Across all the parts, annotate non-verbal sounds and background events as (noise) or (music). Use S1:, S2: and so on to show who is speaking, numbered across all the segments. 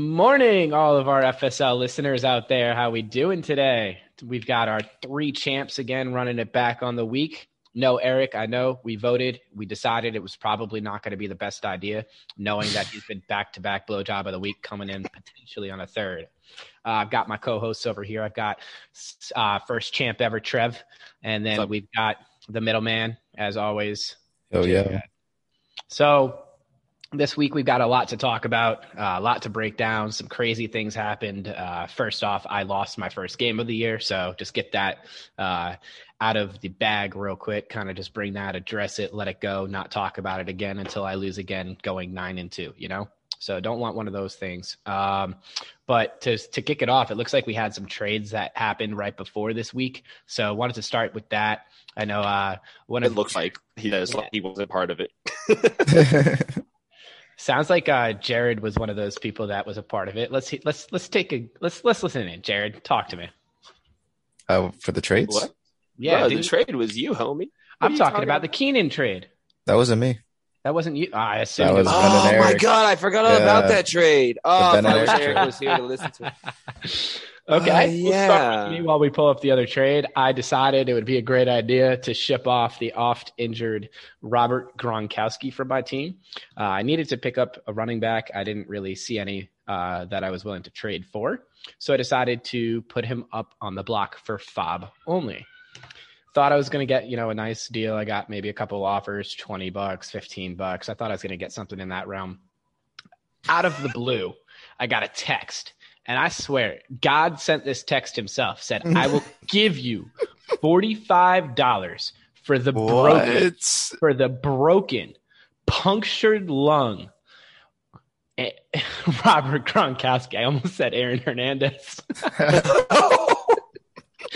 S1: asking all of our FSL listeners out there how we doing today. We've got our three champs again running it back on the week. No, Eric, I know we voted. We decided it was probably not going to be the best idea, knowing that he's been back to back blowjob of the week coming in potentially on a third. Uh, I've got my co hosts over here. I've got uh, first champ ever, Trev. And then
S2: Sup?
S1: we've got the middleman, as always.
S2: Oh
S1: Jim
S2: yeah.
S1: Gadd. So this week we've got a lot to talk about, uh, a lot to break down. Some crazy things happened. Uh, first off, I lost my first game of the year, so just get that uh, out of the bag real quick. Kind of just bring that, address it, let it go, not talk about it again until I lose again, going nine and two. You know. So don't want one of those things. Um, but to to kick it off, it looks like we had some trades that happened right before this week. So wanted to start with that. I know uh, one
S3: It
S1: of
S3: looks like he does. Like he wasn't part of it.
S1: (laughs) Sounds like uh, Jared was one of those people that was a part of it. Let's he- let's let's take a let's let's listen in. Jared, talk to me.
S2: uh, for the trades,
S3: What?
S1: Yeah,
S3: Bro, the
S1: dude,
S3: trade was you, homie.
S1: I'm
S3: are
S1: talking,
S3: you talking
S1: about
S3: about?
S1: the Keenan trade.
S2: that wasn't me.
S1: That wasn't you. I assumed.
S2: That
S1: it
S2: was
S1: was-
S2: Ben
S3: Oh
S2: and
S3: my
S2: Eric.
S3: god, I forgot all
S2: Yeah.
S3: about that trade. Oh,
S2: The
S3: if
S2: Ben and
S3: I wish
S2: Eric
S3: Eric
S2: trade.
S3: was here to listen to. it. (laughs)
S1: okay,
S3: Uh,
S1: we'll start
S3: yeah.
S1: with me while we pull up the other trade. I decided it would be a great idea to ship off the oft injured Robert Gronkowski for my team. Uh, I needed to pick up a running back. I didn't really see any uh, that I was willing to trade for. So I decided to put him up on the block for fob only. Thought I was going to get, you know, a nice deal. I got maybe a couple offers, 20 bucks, 15 bucks. I thought I was going to get something in that realm. Out of the blue, I got a text. And I swear, God sent this text himself, said, I
S3: (laughs)
S1: will give you $45 for the broken
S2: What?
S1: for the broken, punctured lung. Eh, (laughs) Robert Gronkowski. I almost said Aaron Hernandez.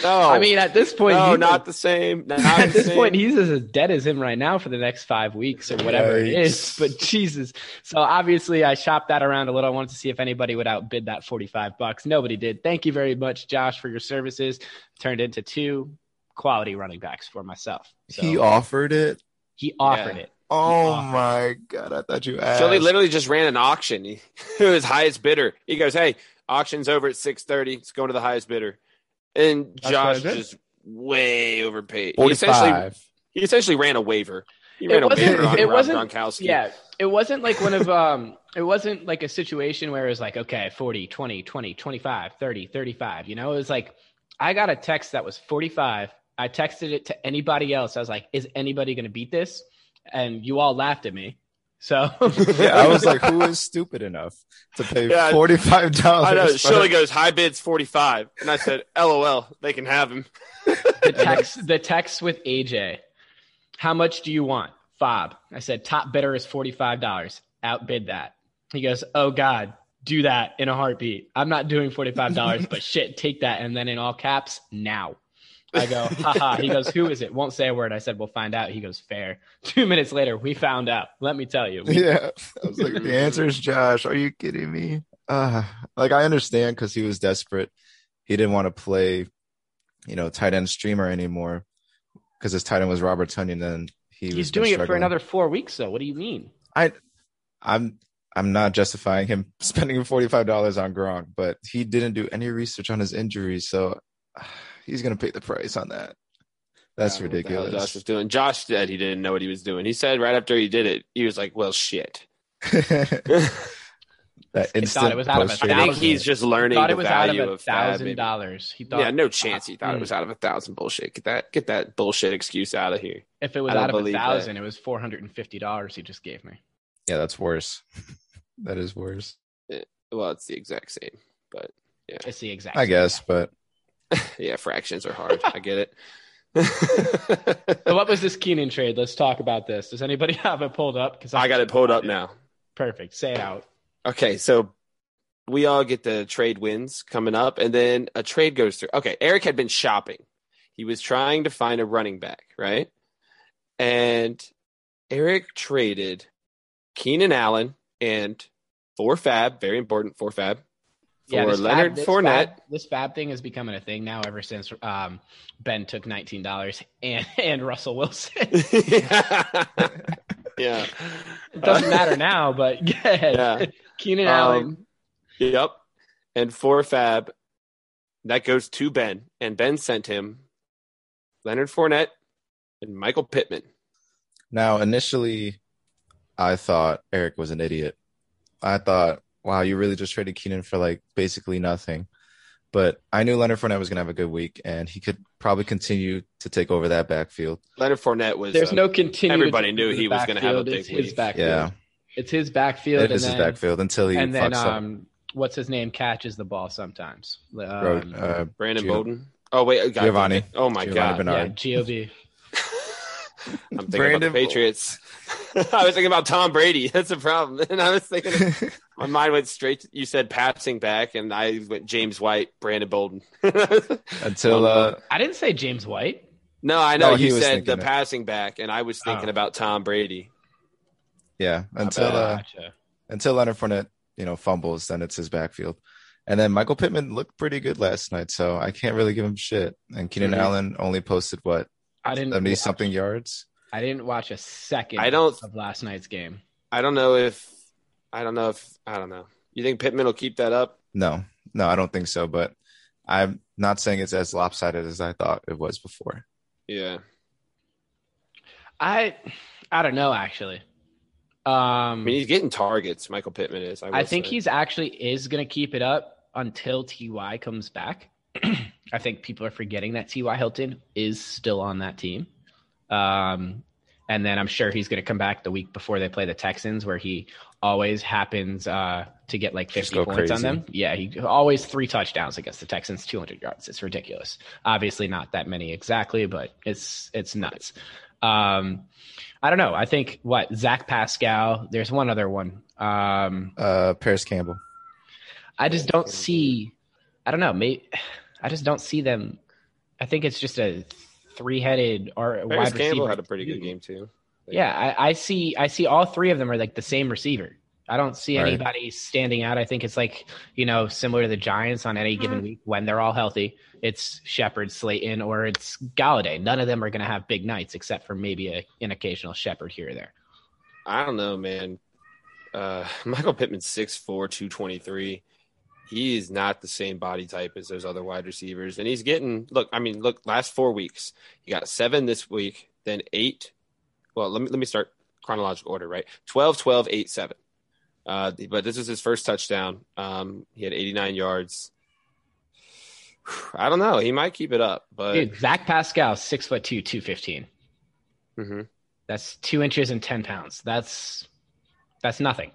S3: No,
S1: I mean, at this point,
S3: Oh. no,
S1: he's
S3: not the same. (laughs) Not
S1: at
S3: the
S1: this
S3: same.
S1: point, he's as dead as him right now for the next five weeks or whatever it is.
S2: Yikes.
S1: But Jesus. So obviously, I shopped that around a little. I wanted to see if anybody would outbid that 45 bucks. Nobody did. Thank you very much, Josh, for your services. Turned into two quality running backs for myself. So
S2: He
S1: he,
S2: offered it.
S1: offered
S3: Yeah.
S1: it.
S2: Oh
S1: offered.
S2: my god! I thought you asked.
S3: Philly literally just ran an auction. He, (laughs) it was highest bidder. He goes, "Hey, auction's over at six thirty. It's going to the highest bidder." And
S2: what I
S3: Josh
S2: did.
S3: just way overpaid. He essentially,
S2: Forty-five.
S3: he essentially ran a waiver. He
S1: It
S3: ran a
S1: wasn't-
S3: waiver on
S1: it
S3: Rob
S1: wasn't-
S3: Gronkowski.
S1: Yeah. It wasn't like one of um (laughs) it wasn't like a situation where it was like okay, 40, 20, 20, 25, 30, 35, you know? It was like I got a text that was 45. I texted it to anybody else. I was like, is anybody going to beat this? And you all laughed at me. So
S2: yeah, I was like, who is stupid enough to pay
S3: Yeah.
S2: forty-five dollars?
S3: I know.
S2: (laughs)
S3: Shirley goes, high bid's 45. And I said, LOL, they can have him.
S1: the text the text with AJ. How much do you want? Fob. I said top bidder is $45. Outbid that. He goes, "Oh god, do that in a heartbeat. I'm not doing $45, but shit, take that and then in all caps now." I go, haha. He goes, who is it? Won't say a word. I said, we'll find out. He goes, fair. Two minutes later, we found out. Let me tell you. We-
S2: Yeah, I was like, the answer is Josh. Are you kidding me? Uh, like I understand because he was desperate. He didn't want to play, you know, tight end streamer anymore because his tight end was Robert Tunyon. And he was
S1: He's
S2: been
S1: doing it for
S2: struggling.
S1: another four weeks, though. What do you mean?
S2: I'm I'm not justifying him (laughs) spending forty five dollars on Gronk, but he didn't do any research on his injuries, so (sighs) uh, he's gonna pay the price on that. That's
S3: I don't know what the hell
S2: (laughs)
S3: Josh
S2: ridiculous.
S3: was doing. Josh said he didn't know what he was doing. He said right after he did it, he was like,
S2: (laughs)
S3: well, shit.
S2: that
S1: it was out of a
S2: post-trade
S3: I think
S1: Thousand.
S3: he's just
S1: He
S3: learning
S1: thought
S3: the
S1: it was out of
S3: value
S1: a
S3: of thousand
S1: thousand dollars. He thought
S3: Yeah, no chance. He thought
S1: Mm.
S3: it was out of a thousand bullshit. Get that, get that bullshit excuse out of here.
S1: if it was
S3: I don't
S1: out of a
S3: believe that.
S1: thousand, it was four hundred and fifty dollars he just gave me.
S2: Yeah, that's worse. (laughs) that is worse.
S3: Well, it's the exact same, but
S1: It's the exact.
S2: I
S1: same
S2: guess,
S1: guy.
S2: but
S3: yeah, fractions are hard. I
S1: (laughs)
S3: get it.
S1: So what was this Keenan trade? Let's talk about this. Does anybody (laughs) have it pulled up? Because
S3: (laughs) I got it pulled up now.
S1: Perfect. Say it out.
S3: Okay, so we all get the trade wins coming up, and then a trade goes through. Okay, Eric had been shopping. He was trying to find a running back, right? And Eric traded Keenan Allen and four fab, very important four fab, for
S1: this fab-
S3: Leonard
S1: this
S3: Fournette.
S1: Fab, this Fab thing is becoming a thing now. Ever since um, Ben took nineteen dollars and (laughs) and Russell Wilson, (laughs)
S3: (laughs) yeah.
S1: it doesn't matter now. But (laughs) yeah,
S3: Yeah.
S1: Keenan
S3: Um,
S1: Allen.
S3: Yep. and for Fab. That goes to Ben, and Ben sent him Leonard Fournette and Michael Pittman.
S2: Now, initially, I thought Eric was an idiot. I thought, wow, you really just traded Keenan for like basically nothing. But I knew Leonard Fournette was going to have a good week, and he could probably continue to take over that backfield.
S3: Leonard Fournette was
S1: There's
S3: uh,
S1: no continuity.
S3: everybody
S1: to
S3: knew
S1: the
S3: he was gonna have a
S1: backfield. It's
S3: big
S1: his
S3: week.
S1: backfield.
S2: Yeah,
S1: It's his backfield.
S2: it
S1: and
S2: is his
S1: then,
S2: backfield until he
S1: And then
S2: fucks up.
S1: um, what's his name catches the ball sometimes. Um,
S2: Ro-
S1: (laughs)
S2: uh, (laughs)
S3: Brandon
S2: Gio-
S3: Bowden. Oh wait, God,
S2: Giovanni.
S3: Oh my
S2: Giovanni
S3: God,
S1: yeah,
S2: Bernard.
S1: Gov.
S3: I'm thinking
S2: Brandon
S3: about the Patriots. (laughs) I was thinking about Tom Brady. (laughs) That's the problem. And I was
S2: (laughs)
S3: thinking, my mind went straight. To, you said passing back, and I went James White, Brandon Bolden. (laughs)
S2: until uh,
S1: I didn't say James White.
S3: no, I know
S2: No, he
S3: you
S2: was
S3: said the
S2: thinking it.
S3: passing back, and I was thinking
S1: Oh.
S3: about Tom Brady.
S2: yeah, until uh,
S1: Gotcha.
S2: until Leonard Fournette, you know, fumbles, then it's his backfield. And then Michael Pittman looked pretty good last night, so I can't really give him shit. And Keenan
S3: Mhm.
S2: Allen only posted what
S1: I didn't.
S2: seventy
S1: watch-
S2: something yards.
S1: I didn't watch a second.
S3: I don't-
S1: of last night's game.
S3: I don't know if, I don't know if, I don't know. You think Pittman will keep that up?
S2: No, no, I don't think so. But I'm not saying it's as lopsided as I thought it was before.
S3: Yeah,
S1: I, I don't know actually. Um,
S3: I mean he's getting targets. Michael Pittman is. I, will
S1: I think
S3: say.
S1: he's actually is going to keep it up until Ty comes back. (clears throat) I think people are forgetting that Ty Hilton is still on that team, um, and then I'm sure he's going to come back the week before they play the Texans, where he always happens uh, to get like
S2: Just
S1: 50
S2: go
S1: points on
S2: crazy.
S1: them. Yeah, he always three touchdowns against the Texans, 200 yards. It's ridiculous. Obviously, not that many exactly, but it's it's nuts. Um, I don't know. I think what Zach Pascal. There's one other one. Um,
S2: Uh, Paris Campbell.
S1: I just don't see. I don't know. Maybe (sighs) I just don't see them. I think it's just a three-headed or a
S3: Paris
S1: wide
S3: Campbell
S1: receiver.
S3: had a pretty good game too.
S1: Yeah, I, I see. I see all three of them are like the same receiver. I don't see
S2: Right.
S1: anybody standing out. I think it's like you know similar to the Giants on any given week when they're all healthy. It's Shepard, Slayton, or it's Galladay. None of them are going to have big nights except for maybe a, an occasional Shepard here or there.
S3: I don't know, man. Uh, (laughs) Michael Pittman's 6'4, 223. He is not the same body type as those other wide receivers. And he's getting, look, I mean, look, last four weeks, he got seven this week, then eight. Well, let me, let me start chronological order, right? 12, 12, 8, 7. Uh, but this was his first touchdown. Um, he had 89 yards. I don't know. He might keep it up, but
S1: Dude, Zach Pascal, six foot two, two fifteen.
S3: Mhm.
S1: That's two inches and ten pounds. That's that's nothing.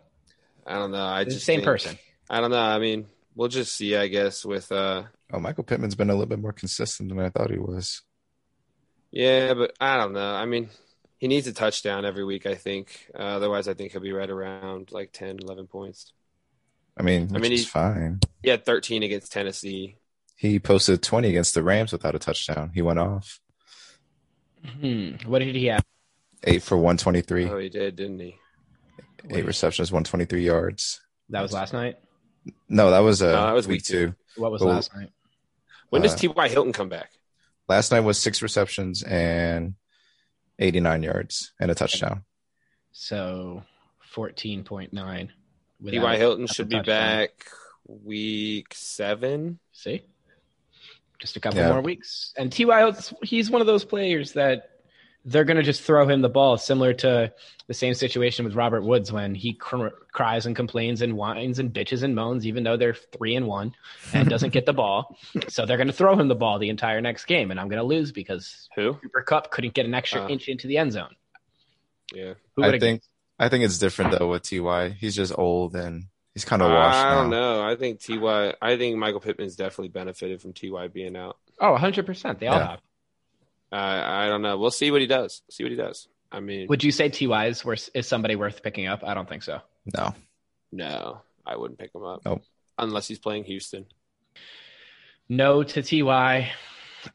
S3: I don't know. I
S1: It's the
S3: just
S1: same
S3: think-
S1: person.
S3: I don't know. I mean, we'll just see, I guess, with uh,
S2: Oh, Michael Pittman's been a little bit more consistent than I thought he was.
S3: Yeah, but I don't know. I mean, he needs a touchdown every week, I think. Uh, otherwise, I think he'll be right around like 10, 11 points.
S2: I mean, which
S3: mean,
S2: is
S3: he-
S2: fine.
S3: He had 13 against Tennessee.
S2: He posted 20 against the Rams without a touchdown. He went off
S1: Hmm. What did he have?
S2: eight for 123,
S3: Oh, he did, didn't he?
S2: eight receptions, 123 yards.
S1: That was last night.
S2: No, that was uh,
S3: No, that was week two.
S1: What was
S3: Oh.
S2: Well,
S1: last night?
S3: When does
S2: Uh,
S3: T.Y. Hilton come back?
S2: Last night was six receptions and 89 yards and a touchdown.
S1: So fourteen point nine.
S3: T.Y. Hilton should be
S1: touchdown.
S3: back week seven.
S1: See, just a couple
S2: Yeah.
S1: more weeks. And T.Y. Hilton's- he's one of those players that they're going to just throw him the ball, similar to the same situation with Robert Woods when he cr- cries and complains and whines and bitches and moans, even though they're three and one
S2: (laughs)
S1: and doesn't get the ball. So they're going to throw him the ball the entire next game, and I'm going to lose because
S3: Who?
S1: Cooper Cup couldn't get an extra
S3: Uh,
S1: inch into the end zone.
S3: Yeah.
S1: Who
S2: I
S1: would've
S2: think I think it's different though with Ty. He's just old and he's kind of washed
S3: I don't
S2: now.
S3: know. I think T.Y. I think Michael Pittman's definitely benefited from T.Y. being out.
S1: Oh, 100%. They all
S2: Yeah.
S1: have.
S3: Uh, I don't know. We'll see what he does. See what he does. I mean,
S1: Would you say Ty is, worth, is somebody worth picking up? I don't think so.
S2: No,
S3: no, I wouldn't pick him up.
S2: Nope.
S3: Unless he's playing Houston.
S1: no to TY.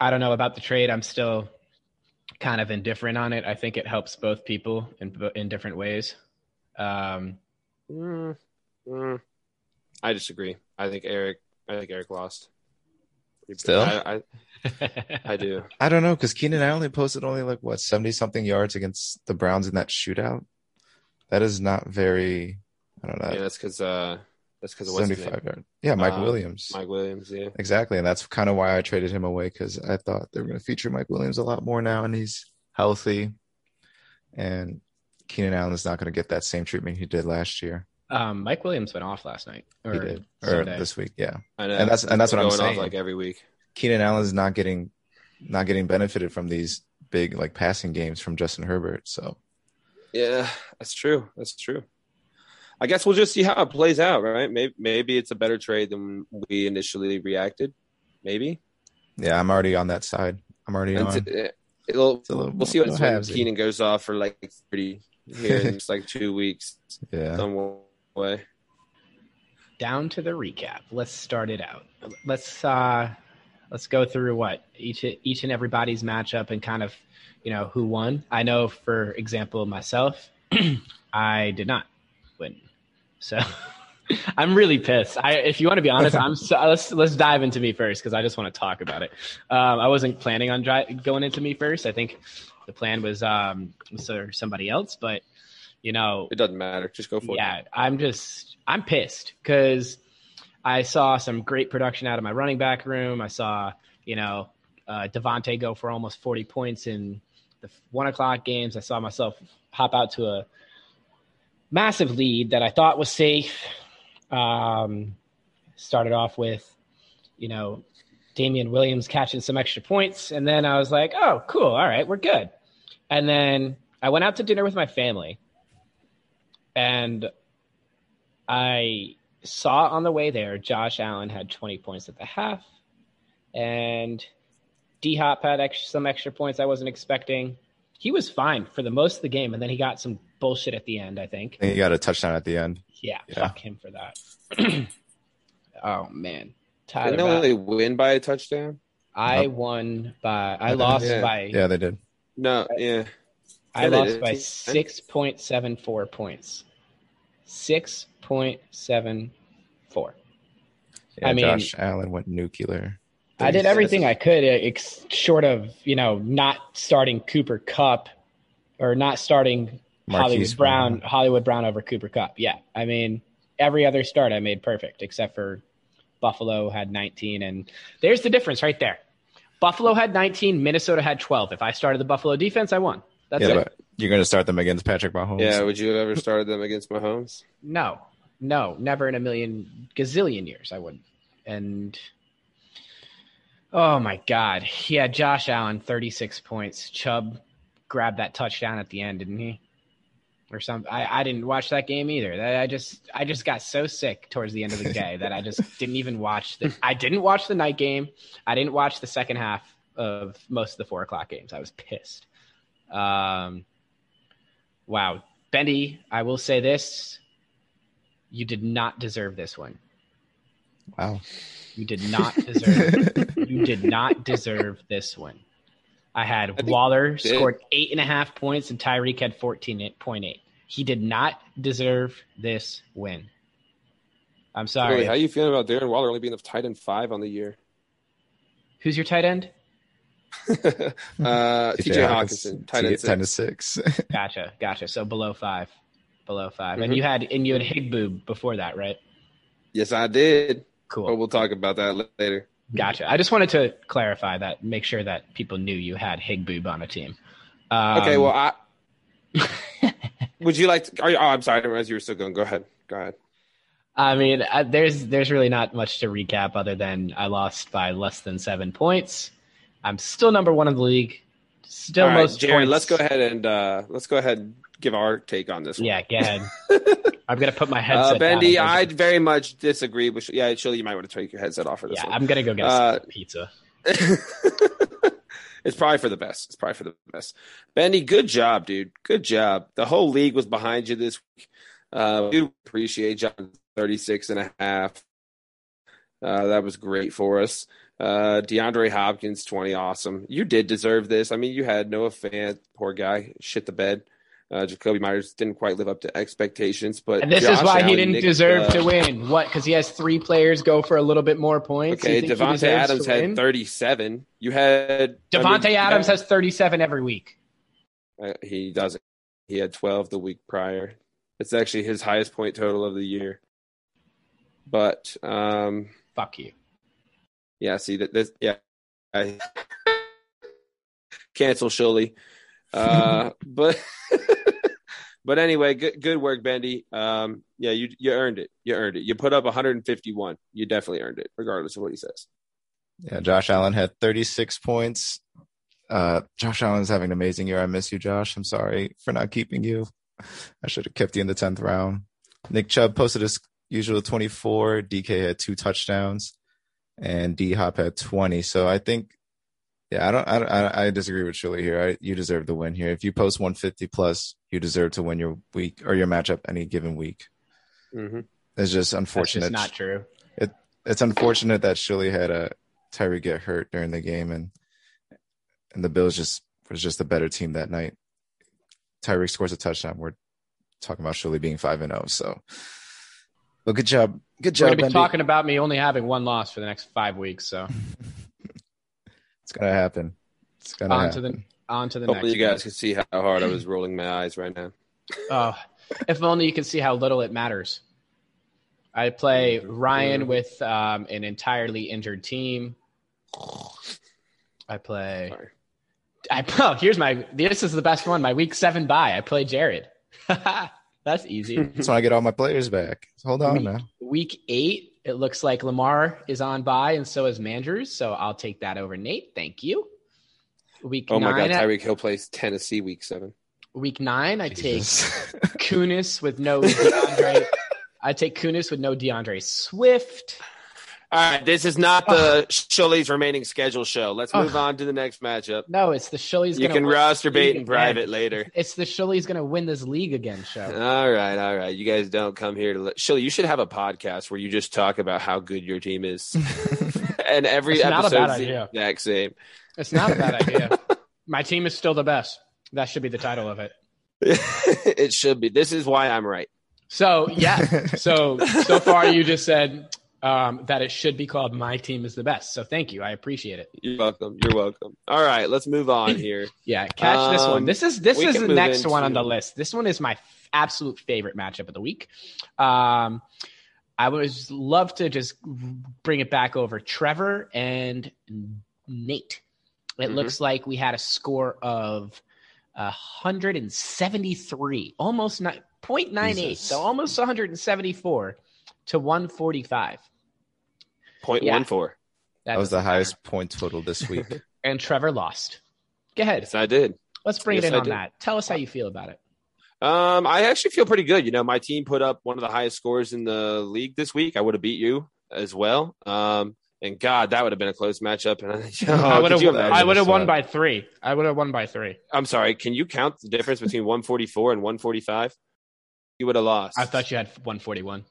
S1: I don't know about the trade. I'm still kind of indifferent on it. I think it helps both people in in different ways. Um,
S3: Mm, mm. I disagree. I think Eric. I think Eric lost.
S2: Still?
S3: I, I,
S2: (laughs)
S3: I do.
S2: (laughs) I don't know because Keenan Allen posted only like what seventy something yards against the Browns in that shootout. That is not very. I don't know.
S3: yeah, that's because uh, That's because it was
S2: 75 yard. Yeah, Mike
S3: Um,
S2: Williams.
S3: Mike Williams. Yeah.
S2: Exactly. And that's kind of why I traded him away because I thought they were going to feature Mike Williams a lot more now, and he's healthy. And Keenan Allen is not going to get that same treatment he did last year.
S1: Um, Mike Williams went off last night or
S2: He did. Or
S1: Sunday.
S2: this week. Yeah.
S3: I know.
S2: And that's- and that's what I'm
S3: going
S2: saying.
S3: Off like every week.
S2: Keenan Allen is not getting not getting benefited from these big like passing games from Justin Herbert. So
S3: Yeah, that's true. That's true. I guess we'll just see how it plays out, right? Maybe maybe it's a better trade than we initially reacted. Maybe.
S2: yeah, I'm already on that side. I'm already
S3: And
S2: on.
S3: t- eh, it'll-
S2: It's a little-
S3: we'll see what
S2: little
S3: happens
S2: halvesy.
S3: when Keenan goes off for like thirty here
S2: (laughs)
S3: in just like two weeks.
S2: Yeah.
S3: Some way.
S1: down to the recap. Let's start it out. Let's uh let's go through what each each and everybody's matchup and kind of you know who won. I know for example myself, (clears throat) I did not win. So (laughs) I'm really pissed. I if you want to be honest, I'm so, (laughs) let's let's dive into me first cuz I just want to talk about it. Um I wasn't planning on dri- going into me first. I think the plan was um for somebody else, but you know,
S3: It doesn't matter. Just go for
S1: yeah, I'm just I'm pissed because I saw some great production out of my running back room. I saw you know uh, Devontae go for almost 40 points in the f- one o'clock games. I saw myself hop out to a massive lead that I thought was safe. Um, started off with you know Damian Williams catching some extra points, and then I was like, oh, cool, all right, we're good. And then I went out to dinner with my family and I saw on the way there Josh Allen had 20 points at the half, and D Hop had ex- some extra points I wasn't expecting. He was fine for the most of the game, and then he got some bullshit at the end. I think.
S2: And he got a touchdown at the end.
S1: Yeah,
S2: Yeah.
S1: fuck him for that. (clears throat) oh man,
S3: it.
S1: Tyler,
S3: Didn't they
S1: Bow-
S3: only win by a touchdown?
S1: I won by I lost
S3: Yeah.
S1: by
S2: Yeah, they did.
S3: No, yeah.
S1: I
S3: Yeah, they
S1: lost
S3: did.
S1: by
S3: Ten.
S1: six point seven four points. Six point seven four.
S2: Yeah,
S1: I mean-
S2: Josh Allen went nuclear.
S1: I did
S3: Thirty
S1: everything I
S3: seconds.
S1: could, eh, ex- short of you know not starting Cooper Cup or not starting Hollywood
S2: Marquise
S1: Brown, Hollywood Brown over Cooper Cup. Yeah, I mean every other start I made perfect except for Buffalo had 19, and there's the difference right there. Buffalo had 19, Minnesota had 12. If I started the Buffalo defense, I won. That's
S2: yeah,
S1: it.
S2: but you're going to start them against Patrick Mahomes.
S3: Yeah, would you have ever started them against Mahomes?
S1: No, no, never in a million gazillion years I wouldn't. And oh my God, yeah, Josh Allen, thirty-six points. Chubb grabbed that touchdown at the end, didn't he? Or something. I, I didn't watch that game either. That I just I just got so sick towards the end of the day that I just didn't even watch the I didn't watch the night game. I didn't watch the second half of most of the four o'clock games. I was pissed. Um, wow, Bendy, I will say this: you did not deserve this one.
S2: Wow.
S1: You did not (laughs)
S3: (laughs)
S1: deserve. you did not deserve this one. I had
S3: think
S1: Waller
S3: did.
S1: scored eight and a half points, and Tyreek had fourteen point eight. He did not deserve this win. I'm sorry.
S3: Really, how you feeling about Darren Waller only being the tight end five on the year? (laughs)
S1: Who's your tight end?
S3: uh, TJ Hawkinson, tight end
S2: Tight end
S3: six.
S2: six.
S1: Gotcha, gotcha. So below five, below 5
S3: Mhm.
S1: And you had and you had Higboob before that, right?
S3: Yes, I did. But
S1: Cool.
S3: Oh, we'll talk about that la- later.
S1: Gotcha. I just wanted to clarify that, make sure that people knew you had Higboob on a team. Um,
S3: Okay,
S1: (laughs)
S3: well, I would you like to? Are you, oh, I'm sorry, I didn't realize you were still going. Go ahead. Go ahead.
S1: I mean, I, there's there's really not much to recap other than I lost by less than seven points. I'm still number one in the league. Still
S3: All right,
S1: most
S3: Jared,
S1: points.
S3: let's go ahead and uh, let's go ahead and give our take on this. one.
S1: Yeah, go ahead.
S3: (laughs)
S1: I'm gonna put my headset.
S3: Uh, Bendy,
S1: down.
S3: I very much disagree with. Yeah, surely you might want to take your headset off for this
S1: yeah,
S3: one.
S1: I'm gonna go get a
S3: Uh,
S1: pizza.
S3: (laughs) it's probably for the best. It's probably for the best. Bendy, good job, dude. Good job. The whole league was behind you this week. Uh, we do appreciate John 36 and a half. Uh, that was great for us. Uh, DeAndre Hopkins, 20. Awesome. You did deserve this. I mean, you had Noah Fant, poor guy, shit the bed. Uh, Jacoby Myers didn't quite live up to expectations, but
S1: And this
S3: Josh
S1: is why he
S3: Allen
S1: didn't
S3: nicked,
S1: deserve
S3: uh,
S1: to win. What? Because he has three players go for a little bit more points. You
S3: Okay,
S1: think he
S3: Devontae
S1: deserves to
S3: Adams had
S1: win?
S3: 37. You had I mean,
S1: Devontae
S3: you had-
S1: Adams has 37 every week.
S3: Uh, he doesn't. He had 12 the week prior. It's actually his highest point total of the year. But um,
S1: Fuck you.
S3: yeah, see that this yeah. (laughs) I cancel Shirley.
S1: (laughs)
S3: Uh but (laughs) but anyway, good good work, Bendy. Um yeah, you you earned it. You earned it. You put up 151. You definitely earned it, regardless of what he says.
S2: Yeah, Josh Allen had 36 points. Uh, Josh Allen's having an amazing year. I miss you, Josh. I'm sorry for not keeping you. I should have kept you in the 10th round. Nick Chubb posted his usual 24. DK had two touchdowns, and D Hop had 20. So I think, yeah, I don't, I, don't- I, I disagree with Shirley here. I, you deserve the win here. If you post 150 plus, you deserve to win your week or your matchup any given week.
S3: Mm-hmm.
S2: It's just
S1: That's just
S2: unfortunate
S1: not true.
S2: it's unfortunate that Shirley had a Tyree get hurt during the game, and and the Bills just was just a better team that night. Tyreek scores a touchdown. We're talking about Shirley being five and zero. So, but good job, good
S1: We're
S2: job.
S1: going to be
S2: Bendy.
S1: talking about me only having one loss for the next five weeks. So
S2: It's gonna happen. It's gonna
S1: on to
S2: happen.
S1: the on to the
S3: Hopefully
S1: next.
S3: you guys can see how hard I was rolling my eyes right now.
S1: Oh, if only you could see how little it matters. I play Ryan with um, an entirely injured team. I play.
S3: Sorry.
S1: I (laughs) oh, here's my. This is the best one. My week seven bye. I play Jared. (laughs) That's easy.
S2: That's when I get all my players back. Hold on
S1: Week-
S2: now.
S1: week eight. It looks like Lamar is on bye, and so is Mandrews. So I'll take that over Nate. Thank you. Week
S3: Oh my god,
S1: nine.
S3: Tyreek Hill plays Tennessee week seven.
S1: week nine. I take
S2: Jesus. (laughs)
S1: Kunis with no DeAndre. I take Kunis with no DeAndre Swift.
S3: All right, this is not
S1: Oh.
S3: the Shirley's remaining schedule show. Let's move on to the next matchup.
S1: No, it's the Shilly's
S3: You
S1: Oh. gonna
S3: can
S1: win.
S3: roster bait in
S1: Yeah. (laughs)
S3: private later.
S1: It's the Shilly's gonna win this league again show.
S3: All right, all right. You guys don't come here to let Shilly, you should have a podcast where you just talk about how good your
S1: (laughs)
S3: team is. and every
S1: It's not a
S3: episode
S1: bad
S3: is the
S1: idea.
S3: exact same. (laughs)
S1: It's not a bad idea. My team is still the best. That should be the title of it.
S3: it should be. This is why I'm right.
S1: So yeah. So so far you just said um, that it should be called My Team is the Best. So thank you. I appreciate it.
S3: You're welcome. You're welcome. All right, let's
S1: (clears throat)
S3: move on here.
S1: Yeah, catch this
S3: Um,
S1: one. This is this
S3: we
S1: is
S3: can
S1: the
S3: move
S1: next one on
S3: into-
S1: the list. This one is my f- absolute favorite matchup of the week. Um, I would just love to just bring it back over Trevor and Nate. It
S3: Mhm.
S1: looks like we had a score of 173, almost ni- 0.98,
S2: Jesus.
S1: so almost 174 to 145.
S3: Point
S1: Yeah.
S3: one four.
S2: that was the
S1: doesn't
S2: highest
S1: matter.
S2: point
S1: (laughs)
S2: total this week.
S1: And Trevor lost. Go ahead.
S3: Yes, I did.
S1: Let's bring
S3: yes,
S1: it in
S3: I
S1: on
S3: did.
S1: that. Tell us how you feel about it.
S3: Um, I actually feel pretty good. You know, my team put up one of the highest scores in the league this week. I would have beat you as well. Um, and God, that would have been a close matchup. (laughs) And oh,
S1: I would
S3: could you
S1: have.
S3: imagine? uh,
S1: I would have won
S2: So-
S1: by three. I would have won by three.
S3: I'm sorry. Can you count the difference between 144 and 145? You would have lost.
S1: I thought you had 141.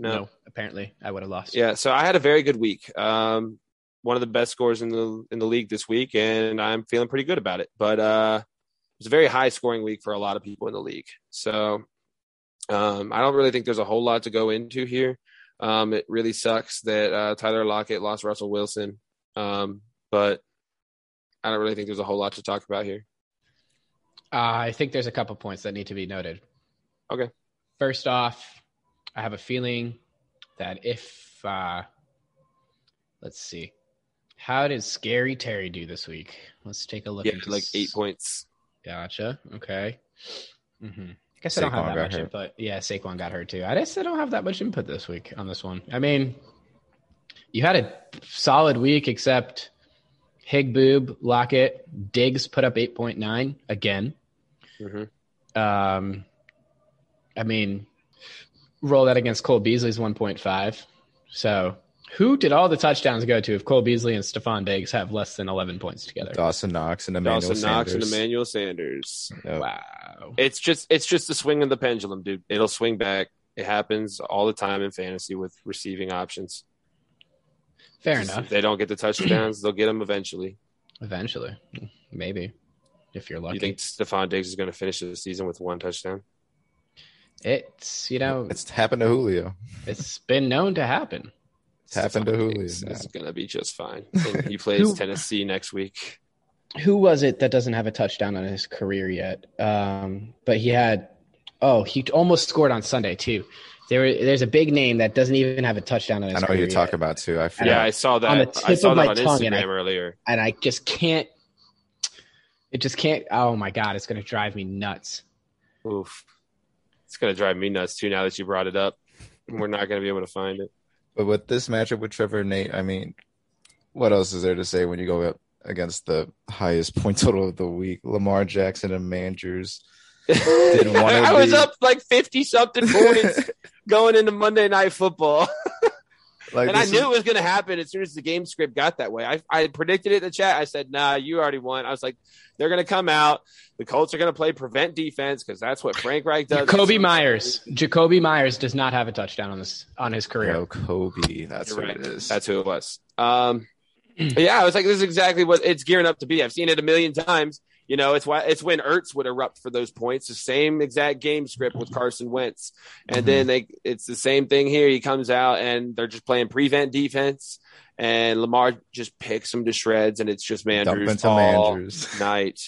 S1: No, apparently I would have lost.
S3: Yeah. So I had a very good week. Um, one of the best scores in the in the league this week, and I'm feeling pretty good about it. But uh, it was a very high scoring week for a lot of people in the league. So um, I don't really think there's a whole lot to go into here. Um, it really sucks that uh, Tyler Lockett lost Russell Wilson, um, but I don't really think there's a whole lot to talk about here.
S1: Uh, I think there's a couple points that need to be noted.
S3: Okay.
S1: First off, I have a feeling that if uh, let's see, how did Scary Terry do this week? Let's take a look.
S3: Yeah,
S1: into
S3: like eight
S1: s-
S3: points.
S1: Gotcha. Okay. hmm I guess I don't
S2: Mm-hmm. Saquon
S1: have that
S2: got
S1: much
S2: hurt.
S1: input. Yeah, Saquon got hurt too. I guess I don't have that much input this week on this one. I mean, you had a solid week except Hig Boob, Lockett, Diggs put up 8.9 again.
S3: hmm
S1: Um, I mean, roll that against Cole Beasley's 1.5. So who did all the touchdowns go to if Cole Beasley and Stephon Diggs have less than 11 points together?
S2: Dawson Knox and Emmanuel
S3: Dawson Knox
S2: Sanders.
S3: and Emmanuel Sanders.
S2: Yep.
S1: Wow.
S3: It's just it's just the swing of the pendulum, dude. It'll swing back. It happens all the time in fantasy with receiving options.
S1: Fair
S3: Just
S1: enough.
S3: If they don't get the touchdowns, they'll get them eventually.
S1: Eventually, maybe, if you're lucky.
S3: You think Stephon Diggs is going to finish the season with one touchdown?
S1: it's you
S2: (laughs)
S1: know
S2: It's happened to Julio.
S1: it's been known to happen.
S2: It's happened to Julio.
S3: Diggs
S2: now.
S3: is going to be just
S1: (laughs)
S3: fine. And he plays Tennessee next week.
S1: Who was it that doesn't have a touchdown on his career yet? Um, but he had. Oh, he almost scored on Sunday too. There, there's a big name that doesn't even have a touchdown in his
S2: I know who
S1: career
S2: you talk
S1: yet,
S2: about too. I
S1: And
S3: yeah,
S2: forgot.
S3: I saw that.
S1: on the
S3: I
S1: tip
S3: saw
S1: of
S3: that
S1: my
S3: on
S1: tongue, and
S3: Instagram
S1: I-
S3: earlier.
S1: and I just can't. It just can't. Oh my god, it's gonna drive me nuts.
S3: Oof. It's going to drive me nuts too now that you brought it up. We're not going to be able to find it.
S2: But with this matchup with Trevor and Nate, I mean, what else is there to say when you go up against the highest (laughs) point total of the week? Lamar Jackson and Mandrews. one of
S3: (laughs) I was
S2: the-
S3: up like 50 something
S1: (laughs)
S2: (laughs)
S3: points
S2: like,
S3: going into Monday Night Football. and I
S2: this
S3: knew it was going to happen as soon as the game script got that way. I, I predicted it in the chat. I said, nah, you already won. I was like, they're going to come out. The Colts are going to play prevent defense because that's what Frank Reich does.
S1: Jacoby Myers. Jacoby Myers does not have a touchdown on this on his
S2: is,
S1: career.
S2: you know, Kobe. That's
S3: You're
S2: what
S3: right.
S2: it is.
S3: That's who it was. Um, but yeah, I was like, this is exactly what it's gearing up to be. I've seen it a million times. You know, it's why it's when Ertz would erupt for those points. The same exact game script with Carson Wentz,
S2: Mm-hmm.
S3: and then they it's the same thing here. He comes out and they're just playing prevent defense, and Lamar just picks him to shreds, and it's just
S2: Dump
S3: Mandrews
S2: into
S3: all
S2: Mandrews.
S3: night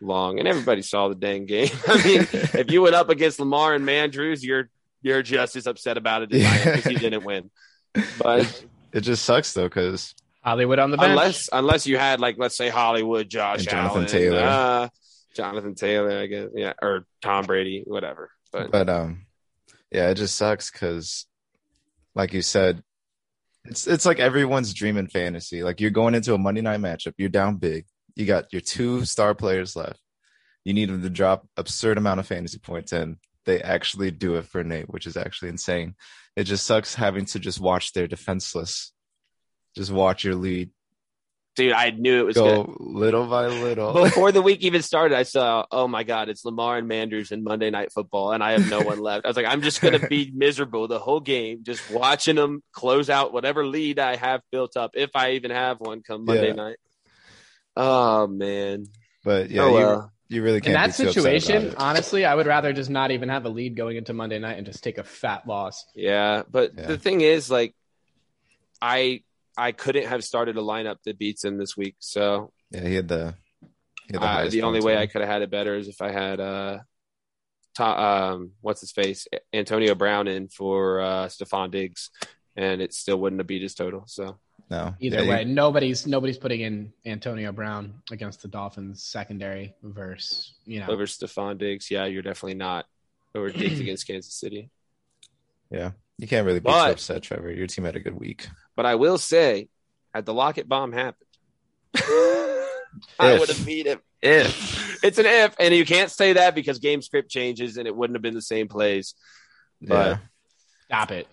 S3: long, and everybody saw the dang game. (laughs) I mean, if you went up against Lamar and Mandrews, you're you're just as upset about it as I
S2: (laughs)
S3: am because you didn't win. But
S2: (laughs) It just sucks though, because
S1: Hollywood on the bench.
S3: unless unless you had like let's say Hollywood, Josh
S2: And Jonathan
S3: Allen,
S2: Taylor.
S3: uh, Jonathan Taylor, I guess, yeah, or Tom Brady, whatever. But
S2: but um, yeah, it just sucks because, like you said, it's it's like everyone's dream and fantasy. Like you're going into a Monday night matchup, you're down big, you got your two star players left, you need them to drop absurd amount of fantasy points, and they actually do it for Nate, which is actually insane. It just sucks having to just watch their defenseless, just watch your lead
S3: dude, I knew it was
S2: go
S3: good.
S2: little by little.
S3: Before the week even started, I saw, oh my God, it's Lamar and Manders and Monday Night Football, and I have no one left. I was like, I'm just going to
S2: (laughs)
S3: be miserable the whole game, just watching them close out whatever lead I have built up, if I even have one come Monday
S2: Yeah.
S3: night. Oh, man.
S2: But yeah,
S3: oh, well.
S2: you, you really
S1: in
S2: can't.
S1: that
S2: be too upset about
S1: situation,
S2: it.
S1: honestly, I would rather just not even have a lead going into Monday night and just take a fat loss.
S3: Yeah, but
S2: Yeah.
S3: the thing is, like, I I couldn't have started a lineup that beats him this week. So
S2: Yeah, he had the. He had
S3: uh,
S2: highest
S3: the only
S2: points
S3: way
S2: on
S3: I
S2: him.
S3: could have had it better is if I had uh, Ta um, what's his face, A- Antonio Brown in for uh, Stephon Diggs, and it still wouldn't have beat his total. So
S2: No.
S1: Either
S2: Yeah, you-
S1: way, nobody's nobody's putting in Antonio Brown against the Dolphins secondary versus you know
S3: over Stephon Diggs, yeah, you're definitely not over Diggs against Kansas City.
S2: yeah, you can't really be too
S3: But-
S2: upset, Trevor. Your team had a good week.
S3: But I will say, had the Lockett bomb happened, I
S2: If.
S3: would have beat him. If it's an if, and you can't say that because game script changes and it wouldn't have been the same plays. But-
S1: stop it,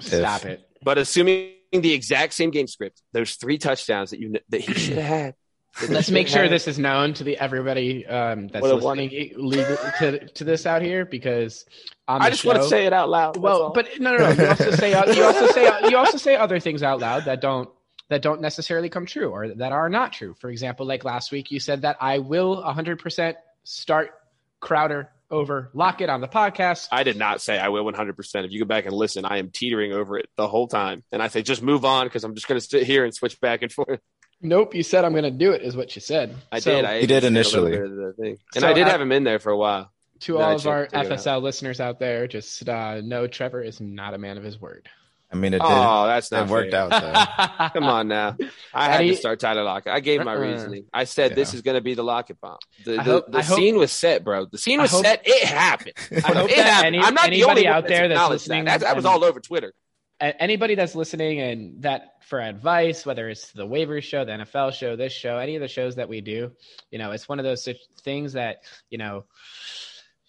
S1: stop it.
S3: But assuming the exact same game script, there's three touchdhdowns that you kn- that he should have had. that he
S1: Let's
S3: should
S1: make
S3: have
S1: sure
S3: had.
S1: this is known to the everybody um, that's
S3: What a
S1: listening legal to, to this out here because on
S3: I
S1: the
S3: just
S1: show,
S3: want to say it out loud.
S1: well, but no, no, no. You also say uh, you also say you also say other things out loud that don't that don't necessarily come true or that are not true. For example, like last week, you said that I will 100% start Crowder over Lockett on the podcast.
S3: I did not say I will 100. percent If you go back and listen, I am teetering over it the whole time, and I say just move on because I'm just going to sit here and switch back and forth.
S1: Nope, you said I'm going to do it, is what you said.
S3: I
S1: So,
S3: did. I
S2: He did
S3: just a little
S2: initially.
S3: bit of the thing. and
S1: So
S3: I did
S1: I-
S3: have him in there for a while.
S1: to
S3: Yeah, I
S1: all of our
S3: checked- figured it out.
S1: FSL listeners out there, just uh, know Trevor is not a man of his word.
S2: I mean, it did.
S3: Oh, that's not
S2: it worked
S3: fair.
S2: out
S1: (laughs)
S2: though.
S3: Come on now. I had
S1: Eddie-
S3: to start Tyler Lockett. I gave my
S1: Uh-uh.
S3: reasoning. I said this is going to be the Lockett bomb. The,
S1: I
S3: the,
S1: hope-
S3: the
S1: I hope-
S3: scene was set, bro. The scene
S1: I
S3: was
S1: hope-
S3: set. It happened.
S1: (laughs) I hope
S3: it
S1: that
S3: happened.
S1: any-
S3: I'm not
S1: anybody
S3: the only one
S1: out there that's
S3: acknowledged
S1: listening um,
S3: That. That, that was
S1: and-
S3: all over Twitter.
S1: a- anybody that's listening and that for advice, whether it's the waivers show, the NFL show, this show, any of the shows that we do, you know, it's one of those such things that, you know,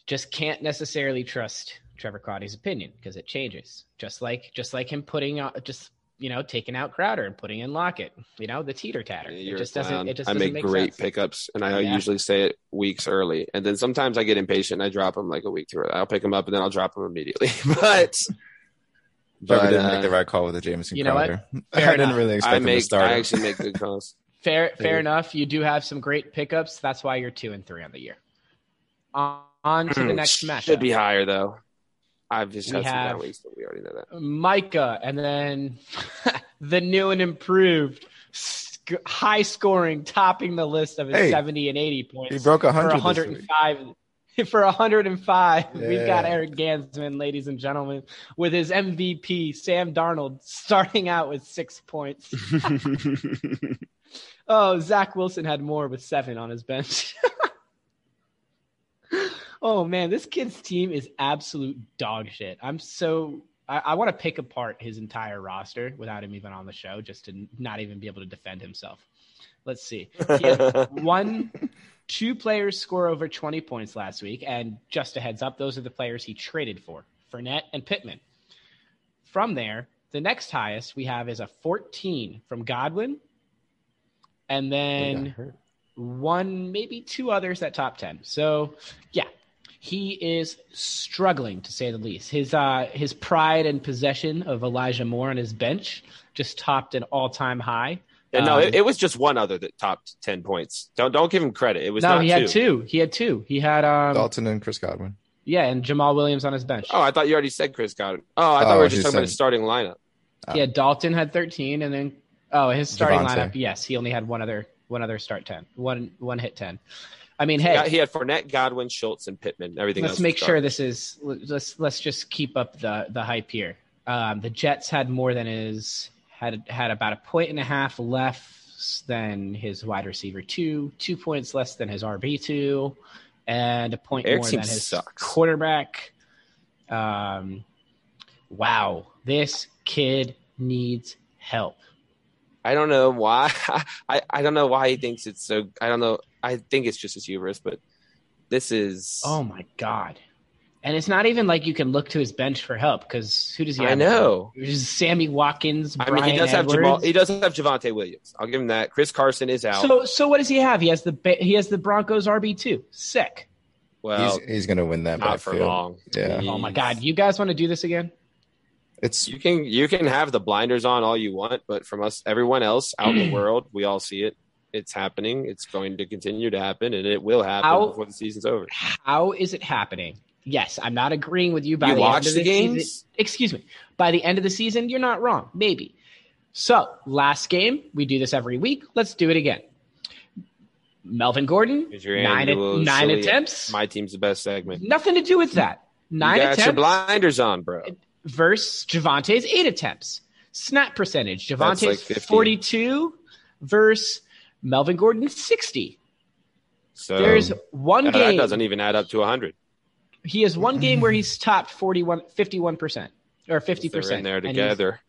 S1: just can't necessarily trust Trevor Cotty's opinion because it changes. Just like just like him putting out just you know, taking out Crowder and putting in Lockett, you know, the teeter tatter. It
S3: You're
S1: just
S3: a
S1: doesn't
S3: clown.
S1: it just
S3: I
S1: doesn't
S3: make,
S1: make
S3: great
S1: sense.
S3: pickups, and I
S1: Yeah.
S3: usually say it weeks early. And then sometimes I get impatient. And I drop them like a week through. I'll pick them up and then I'll drop them immediately. (laughs) but
S2: Trevor
S3: but
S2: didn't
S3: uh,
S2: make the right call with the Jameson
S1: you know what?
S2: Crowder. (laughs) I
S1: Fair
S2: didn't
S1: enough.
S2: really expect
S3: I
S2: him to
S3: make.
S2: start.
S3: I
S2: him.
S3: actually
S1: (laughs)
S3: make good calls.
S1: Fair, fair
S3: Yeah.
S1: enough. You do have some great pickups. That's why you're two and three on the year. On, on to the next match.
S3: Hmm, Should be higher though. I've just
S1: We
S3: had some
S1: have-
S3: bad weeks, but we already know that.
S1: Micah, and then (laughs) the new and improved, sc- high scoring, topping the list of his
S2: Hey,
S1: 70 and 80 points
S2: he broke
S1: for
S2: hundred.
S1: 105. (laughs) for 105. We've got
S2: Yeah.
S1: Eric Gansman, ladies and gentlemen, with his MVP, Sam Darnold, starting out with six points. Oh, Zach Wilson had more with seven on his bench. (laughs) oh man, this kid's team is absolute dog shit. I'm so I, I want to pick apart his entire roster without him even on the show, just to n- not even be able to defend himself. Let's see. He had one, two players score over 20 points last week, and just a heads up, those are the players he traded for: Fournette and Pittman. From there, the next highest we have is a 14 from Godwin. And then one, maybe two others at top 10. So, yeah, he is struggling to say the least. His uh, his pride and possession of Elijah Moore on his bench just topped an all time high.
S3: (laughs) And no,
S1: Um,
S3: it, it was just one other that topped ten points. Don't don't give him credit. It was
S1: No,
S3: not
S1: he had two. He had two. He had um,
S2: Dalton and Chris Godwin.
S1: yeah, and Jamal Williams on his bench.
S3: Oh, I thought you already said Chris Godwin. Oh, I thought
S2: Oh,
S3: we were
S2: she
S3: just talking about
S2: said-
S3: his starting lineup.
S1: yeah, Dalton had thirteen, and then oh, his starting
S2: Devontae.
S1: lineup. Yes, he only had one other one other start ten, one one hit ten. I mean, hey,
S3: Yeah, he had Fournette, Godwin, Schultz, and Pittman. Everything
S1: let's
S3: else.
S1: make sure this is let's let's just keep up the the hype here um the jets had more than his had had about a point and a half less than his wide receiver two two points less than his rb2 and a point
S3: Eric's
S1: more
S3: team
S1: than his
S3: sucks.
S1: quarterback um wow this kid needs help
S3: I don't know why. (laughs) I, I don't know why he thinks it's so. I don't know. I think it's just his hubris, but this is.
S1: oh my god and it's not even like you can look to his bench for help because who does he
S3: I
S1: have
S3: know.
S1: It was Sammy Watkins.
S3: I
S1: Brian
S3: mean, he does
S1: Edwards.
S3: have Jamal. He does have Javante Williams. I'll give him that. Chris Carson is out.
S1: So so what does he have? He has the Ba- he has the Broncos RB two. Sick.
S3: well,
S2: he's he's gonna win that
S3: not for
S2: backfield.
S3: long.
S2: Yeah.
S1: Oh my
S3: Jeez.
S1: god, you guys want to do this again?
S2: It's
S3: You can you can have the blinders on all you want, but from us, everyone else
S1: (clears throat)
S3: out in the world, we all see it. It's happening. It's going to continue to happen, and it will happen
S1: How-
S3: before the season's over.
S1: How is it happening? Yes, I'm not agreeing with you. By
S3: you
S1: the end
S3: watch
S1: of
S3: the
S1: season-
S3: games.
S1: excuse me. By the end of the season, you're not wrong. Maybe. So last game, we do this every week. Let's do it again. Melvin Gordon,
S3: Here's your
S1: nine,
S3: annual
S1: nine
S3: silly-
S1: attempts.
S3: My team's the best segment.
S1: Nothing to do with that. Nine
S3: you got
S1: attempts.
S3: your blinders on, bro.
S1: versus Javante's eight attempts. Snap percentage.
S3: That's like
S1: Javante's
S3: 50.
S1: 42 versus Melvin Gordon 60.
S3: So uh,
S1: There's one
S3: Oh. that, that
S1: game.
S3: doesn't even add up to 100.
S1: he has one game where he's topped 41, 51% or 50%.
S3: They're in there
S1: and he's-
S3: together.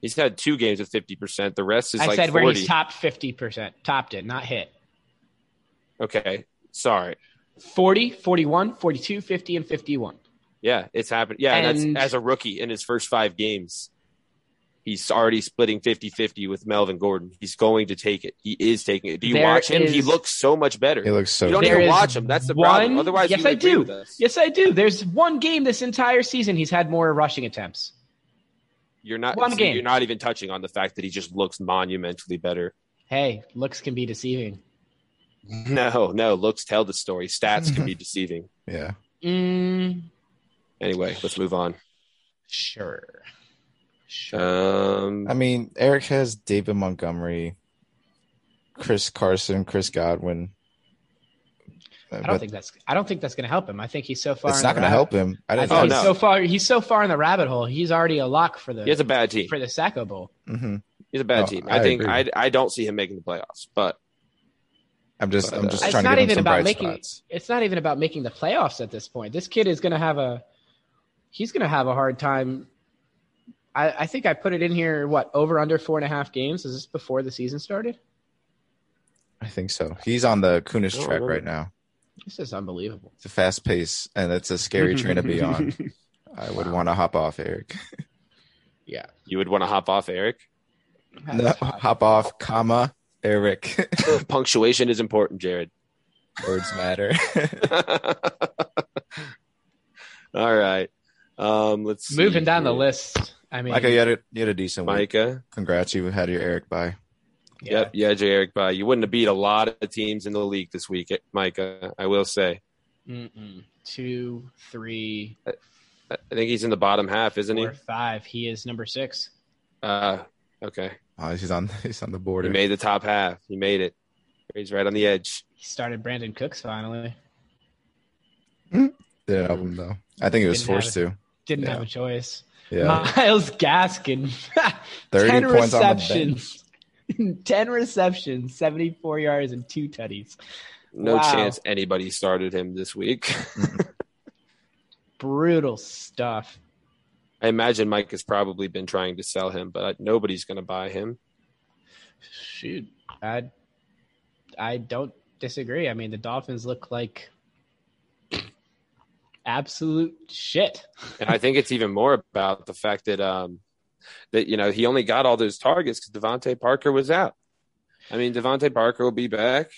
S3: He's had two games with 50%. The rest is
S1: I
S3: like
S1: said
S3: 40.
S1: where he's topped 50%, topped it, not hit.
S3: okay. Sorry.
S1: 40, 41, 42, 50, and 51.
S3: Yeah, it's happened. Yeah, and,
S1: And-
S3: that's as a rookie in his first five games. He's already splitting 50 50 with Melvin Gordon. He's going to take it. He is taking it. Do you
S1: There
S3: watch him? He
S1: is-
S3: looks so much better.
S2: he looks so.
S3: you don't
S2: good.
S1: There
S3: even
S1: is
S3: watch him. That's the problem.
S1: one-
S3: Otherwise,
S1: Yes,
S3: you would
S1: I
S3: agree
S1: do.
S3: with us.
S1: Yes, I do. There's one game this entire season he's had more rushing attempts.
S3: You're not
S1: One
S3: see,
S1: game.
S3: you're not even touching on the fact that he just looks monumentally better.
S1: Hey, looks can be deceiving.
S3: (laughs) No, no, looks tell the story. Stats (laughs) can be deceiving.
S2: Yeah.
S1: Mm,
S3: Anyway, let's move on.
S1: Sure. Sure.
S3: Um
S2: I mean, Eric has David Montgomery, Chris Carson, Chris Godwin.
S1: I
S2: Uh,
S1: don't
S2: but
S1: think that's I don't think that's going to help him. I think he's so far.
S2: it's
S1: in
S2: not
S1: the
S2: going to
S1: rab-
S2: help him. I
S1: I
S2: didn't.
S1: think
S3: Oh,
S1: he's
S3: no.
S1: so far. He's so far in the rabbit hole. He's already a lock for the
S3: he has a bad team.
S1: for the Sacco Bowl.
S2: hmm
S3: He's a bad
S2: No,
S3: team.
S2: I
S3: Oh, I, think
S2: agree.
S3: I I don't see him making the playoffs, but
S2: I'm just.
S3: But,
S2: I'm
S3: uh,
S2: just
S1: It's
S2: trying to
S1: not
S2: give him
S1: even
S2: some
S1: about
S2: bright
S1: making-
S2: spots.
S1: It's not even about making the playoffs at this point. This kid is going to have a he's going to have a hard time. I, I think I put it in here. What over under four and a half games? Is this before the season started?
S2: I think so. He's on the
S3: I
S2: Kunish
S3: don't
S2: track
S3: remember.
S2: right now.
S1: This is unbelievable.
S2: It's a fast pace, and it's a scary train
S3: (laughs)
S2: to be on. I would want to hop
S1: (laughs)
S2: off, Eric.
S1: Yeah.
S3: you would want to hop off, Eric.
S2: No, hop off, comma, Eric. (laughs)
S3: (laughs) Punctuation is important, Jared. (laughs)
S2: Words matter.
S3: All right. Um let's see
S1: Moving down the
S3: here.
S1: list. I mean,
S2: Micah, you had a, you had a decent week.
S3: Micah.
S2: Congrats, you had your Eric by.
S1: yeah.
S3: Yep, yeah, J. Eric Bye. You wouldn't have beat a lot of teams in the league this week, eh, Micah, I will say.
S1: Mm-mm. Two, three,
S3: I I think he's in the bottom half, isn't he?
S1: four, five. He is number six.
S3: Uh, okay.
S2: Oh, he's on. He's on the
S3: He
S2: border.
S3: made the top half. He made it. He's right on the edge.
S1: He started Brandon Cooks finally.
S2: Didn't help him though. I think he was
S1: Didn't
S2: forced to.
S1: Didn't
S2: Yeah.
S1: have a choice.
S2: Yeah,
S1: Miles Gaskin, (laughs)
S2: 30
S1: 10
S2: points on the
S1: receptions, (laughs) 10 receptions, 74 yards, and two tutties.
S3: No
S1: Wow.
S3: chance anybody started him this week. (laughs)
S1: Brutal stuff.
S3: I imagine Mike has probably been trying to sell him, but nobody's going to buy him.
S1: Shoot, I, I don't disagree. I mean, the Dolphins look like absolute shit.
S3: And I think it's even more about the fact that um that you know he only got all those targets because Devontae Parker was out. I mean Devontae Parker will be back.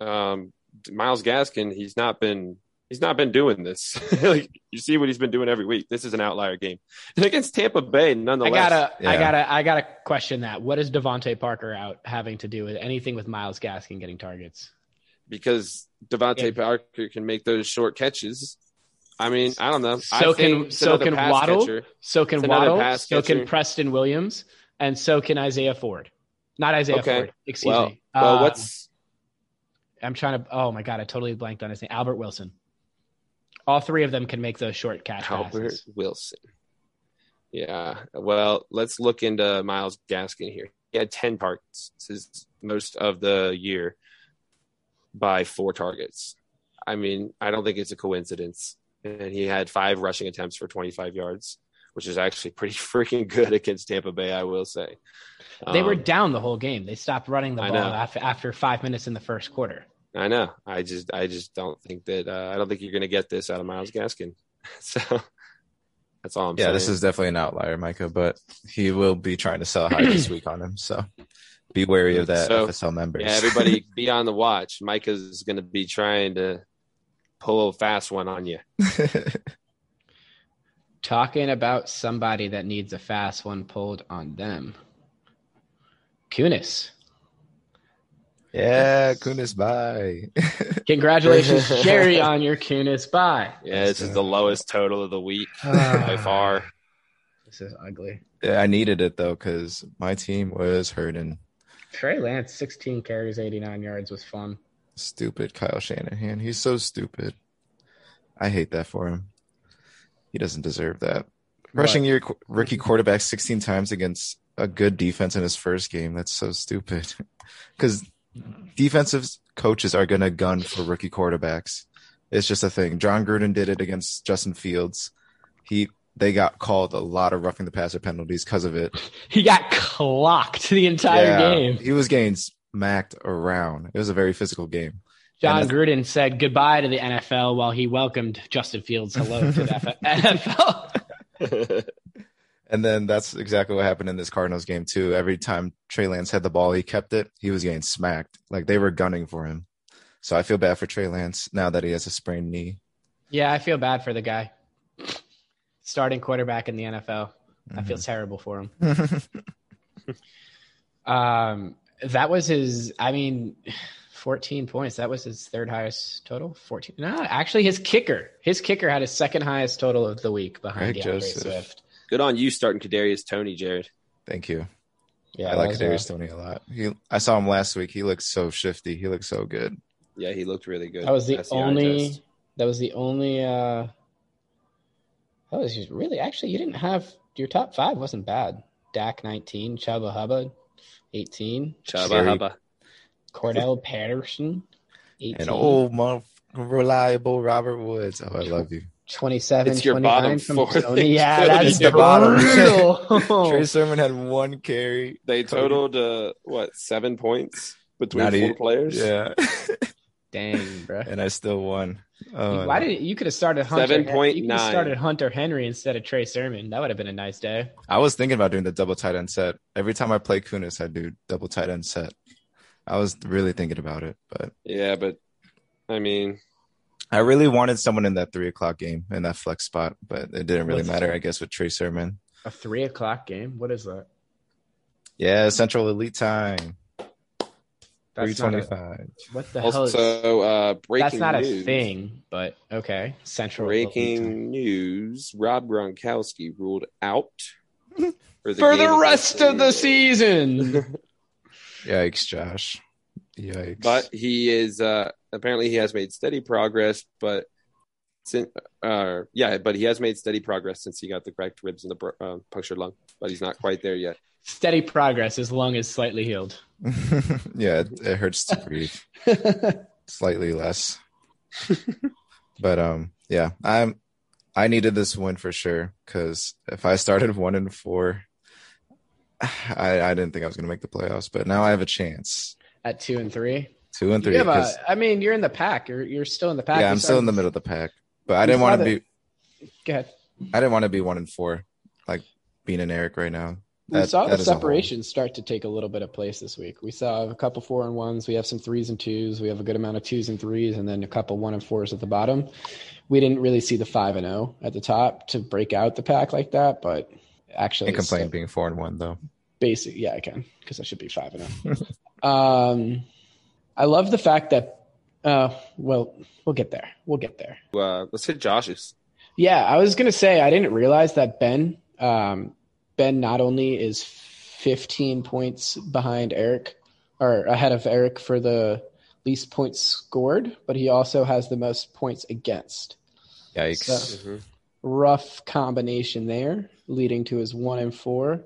S3: Um Miles Gaskin, he's not been he's not been doing this. (laughs) like you see what he's been doing every week. This is an outlier game. And against Tampa Bay,
S1: I
S3: nonetheless.
S1: gotta, I
S2: Yeah.
S1: gotta, I gotta question that. What is Devonte Parker out having to do with anything with Miles Gaskin getting targets?
S3: because Devontae
S1: Yeah.
S3: Parker can make those short catches. I mean, I don't know. I
S1: So
S3: think
S1: can-
S3: it's
S1: so
S3: another
S1: can
S3: pass
S1: Waddle?
S3: catcher.
S1: So can
S3: It's another
S1: Waddle,
S3: pass
S1: so can
S3: catcher.
S1: Preston Williams, and so can Isaiah Ford. Not Isaiah
S3: Okay.
S1: Ford. Excuse
S3: Well,
S1: me.
S3: well,
S1: Uh,
S3: what's
S1: I'm trying to. Oh my god, I totally blanked on his name. Albert Wilson. All three of them can make those short catch
S3: Albert
S1: passes.
S3: Wilson? Yeah. Well, let's look into Miles Gaskin here. He had ten targets. This is most of the year by four targets. I mean, I don't think it's a coincidence. And he had five rushing attempts for 25 yards, which is actually pretty (laughs) freaking good against Tampa Bay, I will say.
S1: They were
S3: Um,
S1: down the whole game. They stopped running the
S3: I
S1: ball
S3: know.
S1: after, after five minutes in the first quarter.
S3: I know. I just, I just don't think that. Uh, I don't think you're going to get this out of Miles Gaskin. (laughs) So that's all I'm
S2: yeah.
S3: saying.
S2: This is definitely an outlier, Micah, but he will be trying to sell high
S3: (clears throat)
S2: this week on him. So be wary of that
S3: So,
S2: FSL members.
S3: yeah.
S1: (laughs)
S3: Everybody, be on the watch. Micah's going to be trying to pull a fast one on you.
S2: (laughs)
S1: Talking about somebody that needs a fast one pulled on them. Kunis.
S2: yeah, Kunis, bye.
S3: (laughs)
S1: Congratulations, Jerry, on your Kunis buy.
S3: Yeah, this is the lowest total of the week by far.
S1: Ah, This is ugly.
S2: yeah, I needed it though because my team was hurting.
S1: Trey Lance, 16 carries, 89 yards was fun.
S2: Stupid Kyle Shanahan. He's so stupid. I hate that for him. He doesn't deserve that. Rushing your qu- rookie quarterback 16 times against a good defense in his first game. That's so stupid. (laughs) Because defensive coaches are going to gun for rookie quarterbacks. It's just a thing. John Gruden did it against Justin Fields. He they got called a lot of roughing the passer penalties because of it.
S1: He got clocked the entire
S2: Yeah,
S1: game.
S2: He was getting smacked around. It was a very physical game.
S1: John
S2: And
S1: Gruden said goodbye to the NFL while he welcomed Justin Fields hello to the F- (laughs) NFL.
S2: And then that's exactly what happened in this Cardinals game too. Every time Trey Lance had the ball, he kept it. He was getting smacked. Like they were gunning for him. So I feel bad for Trey Lance now that he has a sprained knee.
S1: Yeah, I feel bad for the guy. Starting quarterback in the NFL. I
S2: Mm-hmm.
S1: feel terrible for him. Um, that was his. I mean, fourteen points. That was his third highest total. Fourteen. No, actually, his kicker. His kicker had his second highest total of the week behind
S2: Greg
S1: DeAndre
S2: Joseph.
S1: Swift.
S3: Good on you, starting Kadarius Tony, Jared.
S2: (laughs) Thank you.
S1: Yeah,
S2: I like
S1: that was uh,
S2: Kadarius Tony a lot. He, I saw him last week. He looked so shifty. He looked so good.
S3: Yeah, he looked really
S1: a-
S3: good.
S1: That was the
S3: That's eye
S1: only.
S3: test.
S1: that was the only. uh That was just really actually. You didn't have your top five. wasn't bad. Dak nineteen. Chuba Hubbard eighteen.
S3: Chubba
S2: Jerry-
S3: Hubba.
S1: Cordell Patterson eighteen.
S2: And
S3: oh,
S2: old month reliable Robert Woods. Oh, I love you.
S1: 27
S3: It's your
S1: 29
S3: bottom
S1: from
S3: four
S1: Sony.
S3: (laughs) that
S1: Yeah,
S3: you
S1: that's (laughs)
S2: do.
S1: brutal.
S3: (laughs)
S2: Trey Sermon had one carry.
S3: They totaled uh, what seven points between
S2: Not
S3: four
S1: e-,
S2: even-
S3: players.
S2: Yeah. (laughs)
S1: Dang, bro.
S2: and I still won. Oh,
S1: Why did you could have started Hunter? Hen- You could have
S3: 7.9.
S1: started Hunter Henry instead of Trey Sermon. That would have been a nice day.
S2: I was thinking about doing the double tight end set. Every time I play Kunis, I do double tight end set. I was really thinking about it, but
S3: Yeah, but I mean,
S2: I really wanted someone in that three o'clock game in that flex spot, but it didn't really
S1: What's-
S2: matter, I guess, with Trey Sermon.
S1: A three o'clock game. What is that?
S2: Yeah, Central Elite time, three
S1: not a-
S2: twenty-five.
S1: what the hell is
S3: also uh, breaking
S1: that's not
S3: news.
S1: a thing, but okay. Central Elite
S3: Breaking news: Rob Gronkowski ruled
S1: (laughs)
S3: out for
S1: Time. for
S3: game
S1: the rest of the
S3: season.
S1: season.
S2: Yikes, Josh! Yikes!
S3: But he is uh, apparently he has made steady progress, but Sin, uh, yeah, but he has made steady progress since he got the cracked ribs and the bro- uh, punctured lung, but he's not quite there yet.
S1: (laughs) Steady progress. His lung is slightly (laughs) healed.
S2: (laughs) yeah, it, it hurts to breathe
S1: (laughs)
S2: slightly less. but um, yeah, I'm. I needed this win for sure because if I started (laughs) one and four, I, I didn't think I was going to make the playoffs. But now I have a chance.
S1: At two and three.
S2: Two and three.
S1: You have a,
S2: 'cause-
S1: I mean, you're in the pack. You're you're still in the pack.
S2: yeah,
S1: You
S2: I'm still in
S1: started-
S2: the middle of the pack, but I
S1: You
S2: didn't
S1: saw
S2: want to
S1: that-
S2: be.
S1: Go ahead.
S2: I didn't want to be one and four, like being an Eric right now.
S1: We
S2: That-
S1: saw the
S2: that is a hole.
S1: separation start to take a little bit of place this week. We saw a couple four and ones. We have some threes and twos. We have a good amount of twos and threes, and then a couple one and fours at the bottom. We didn't really see the five and zero at the top to break out the pack like that, but actually,
S2: Can't complain
S1: so
S2: being four and one though.
S1: Basic, yeah, I can because I should be five and zero. (laughs) um, I love the fact that. Uh, well, we'll get there. We'll get there.
S3: Uh, let's hit Josh's.
S1: Yeah, I was gonna say I didn't realize that Ben um, Ben not only is 15 points behind Eric or ahead of Eric for the least points scored, but he also has the most points against.
S2: Yikes!
S1: So-
S3: Mm-hmm.
S1: Rough combination there, leading to his one and four.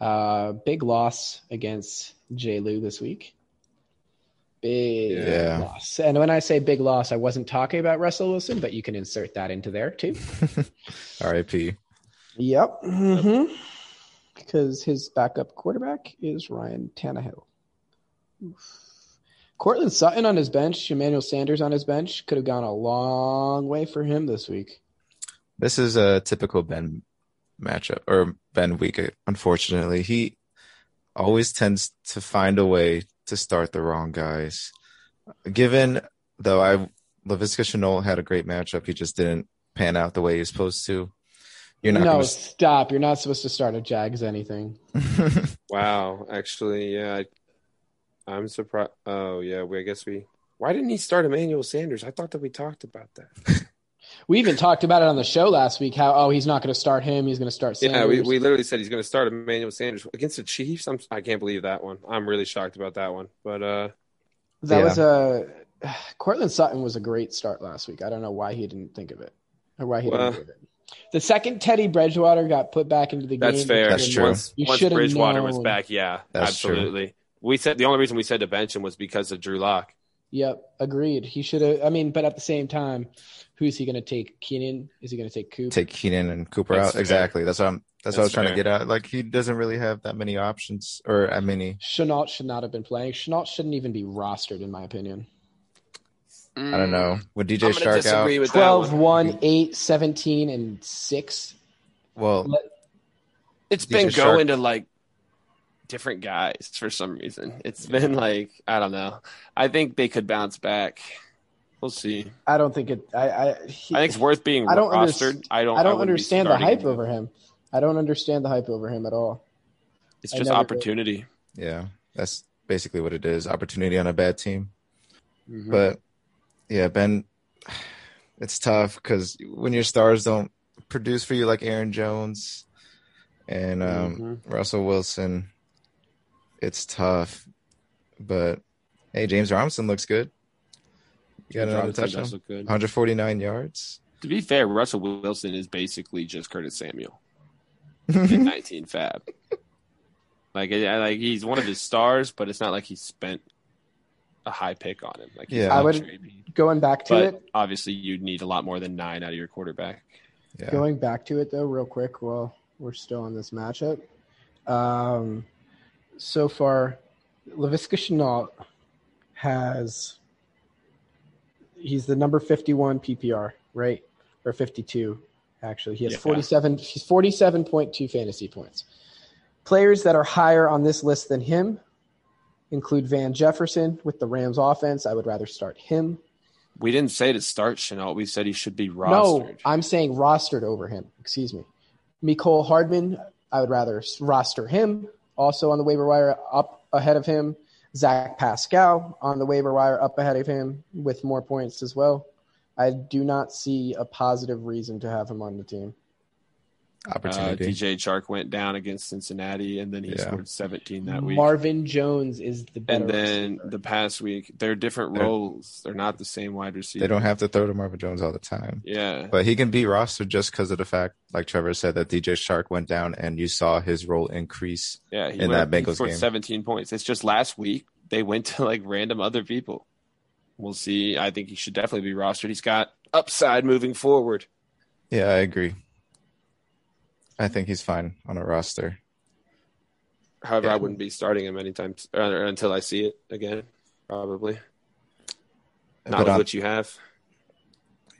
S1: Uh, big loss against J. Lou this week. Big
S2: Yeah.
S1: loss. And when I say big loss, I wasn't talking about Russell Wilson, but you can insert that into there too.
S2: R.I.P.
S1: Yep. hmm Because his backup quarterback is Ryan Tannehill. Oof. Cortland Sutton on his bench, Emmanuel Sanders on his bench could have gone a long way for him this week.
S2: This is a typical Ben matchup or Ben week. Unfortunately, he always tends to find a way to start the wrong guys. Given though, I Lavisca Chenault had a great matchup. He just didn't pan out the way he was supposed to. You're not
S1: no,
S2: going
S1: stop. You're not supposed to start a Jags anything.
S2: to.
S3: Wow, actually, yeah, I, I'm surprised. Oh, yeah, we, I guess we. Why didn't he start Emmanuel Sanders? I thought that we talked about that.
S1: We even talked about it on the show last week how, oh, he's not going to start him. He's going to start Sanders.
S3: Yeah, we, we literally said he's going to start Emmanuel Sanders against the Chiefs. I'm, I can't believe that one. I'm really shocked about that one. But uh,
S1: that
S2: Yeah.
S1: was a. (sighs) Cortland Sutton was a great start last week. I don't know why he didn't think of it or why he
S3: Well-
S1: didn't do it. The second Teddy Bridgewater got put back into the
S3: that's
S1: game,
S3: fair.
S2: That's
S1: because-
S2: true.
S3: Once,
S1: You
S3: once
S1: should've
S3: Bridgewater was
S1: known.
S3: back, yeah,
S2: That's true.
S3: absolutely. We said the only reason we said to bench him was because of Drew Lock.
S1: Yep, agreed. He should have. I mean, but at the same time, who's he going to take? Keenan? Is he going to take Coop?
S2: (laughs) take Keenan and Cooper
S3: That's
S2: out.
S3: fair.
S2: Exactly. That's what I'm. That's, what I was
S3: That's
S2: trying to
S3: fair.
S2: get at. Like he doesn't really have that many options, or that many.
S1: Chenault should not have been playing. Chenault shouldn't even be rostered, in my opinion.
S2: I
S1: Mm,
S2: don't know. With DJ
S3: I'm gonna
S2: Shark out,
S3: disagree with that
S1: 12,
S3: one.
S1: 1, 8, 17, and 6.
S2: well,
S3: It's
S2: DJ
S3: been
S2: Shark.
S3: going to like different guys for some reason. It's been like I don't know. I think they could bounce back. We'll see.
S1: I don't think it. I, I, he-
S3: I think it's worth being
S1: I don't
S3: rostered.
S1: underst-
S3: I don't.
S1: I don't
S3: wouldn't be
S1: understand the
S3: starting
S1: hype
S3: him.
S1: over him. I don't understand the hype over him at all.
S3: It's
S1: I
S3: just
S1: never did.
S3: opportunity.
S2: yeah, that's basically what it is. Opportunity on a bad team,
S3: Mhm.
S2: but yeah, Ben, it's tough because when your stars don't produce for you, like Aaron Jones and um,
S3: Mhm.
S2: Russell Wilson, it's tough. But hey, James Robinson looks good. You got another
S3: Jonathan
S2: touchdown.
S3: does look good.
S2: 149 yards. (laughs)
S3: To be fair, Russell Wilson is basically just Curtis Samuel in (laughs)
S2: yeah,
S3: 19 Fab. Like, I, I- like he's one of his stars, but it's not like he spent a high pick on him. Like, he's
S2: Yeah.
S3: not
S1: I would-
S3: JB.
S1: Going back to
S3: But
S1: it,
S3: obviously, you'd need a lot more than nine out of your quarterback.
S1: Going back to it though, real quick, while we're still on this matchup. Um, so far, Lavisca Chenault has he's the number fifty-one PPR, right? Or fifty-two, actually. He has
S3: Yeah.
S1: forty-seven. He's forty-seven point two fantasy points. Players that are higher on this list than him include Van Jefferson with the Rams offense. I would rather start him.
S3: We didn't say to start Chenault. We said he should be rostered.
S1: No, I'm saying rostered over him. Excuse me. Nicole Hardman, I would rather s- roster him. Also on the waiver wire, up ahead of him. Zach Pascal on the waiver wire, up ahead of him with more points as well. I do not see a positive reason to have him on the team.
S3: Uh,
S2: opportunity.
S3: DJ Chark went down against Cincinnati, and then he
S2: Yeah.
S3: scored 17 that week.
S1: Marvin Jones is the better.
S3: and then
S1: receiver.
S3: the past week, they're different
S2: They're-
S3: roles. They're not the same wide receiver.
S2: they don't have to throw to Marvin Jones all the time.
S3: Yeah.
S2: But he can be rostered just because of the fact, like Trevor said, that DJ Shark went down and you saw his role increase.
S3: Yeah, he
S2: in
S3: went-
S2: that
S3: he
S2: Bengals
S3: scored
S2: game.
S3: 17 points. It's just last week they went to like random other people. We'll see. I think he should definitely be rostered. He's got upside moving forward.
S2: Yeah, I agree. I think he's fine on a roster.
S3: However,
S2: Yeah.
S3: I wouldn't be starting him anytime s- or until I see it again. Probably
S2: but um,
S3: not with
S2: on,
S3: what you have.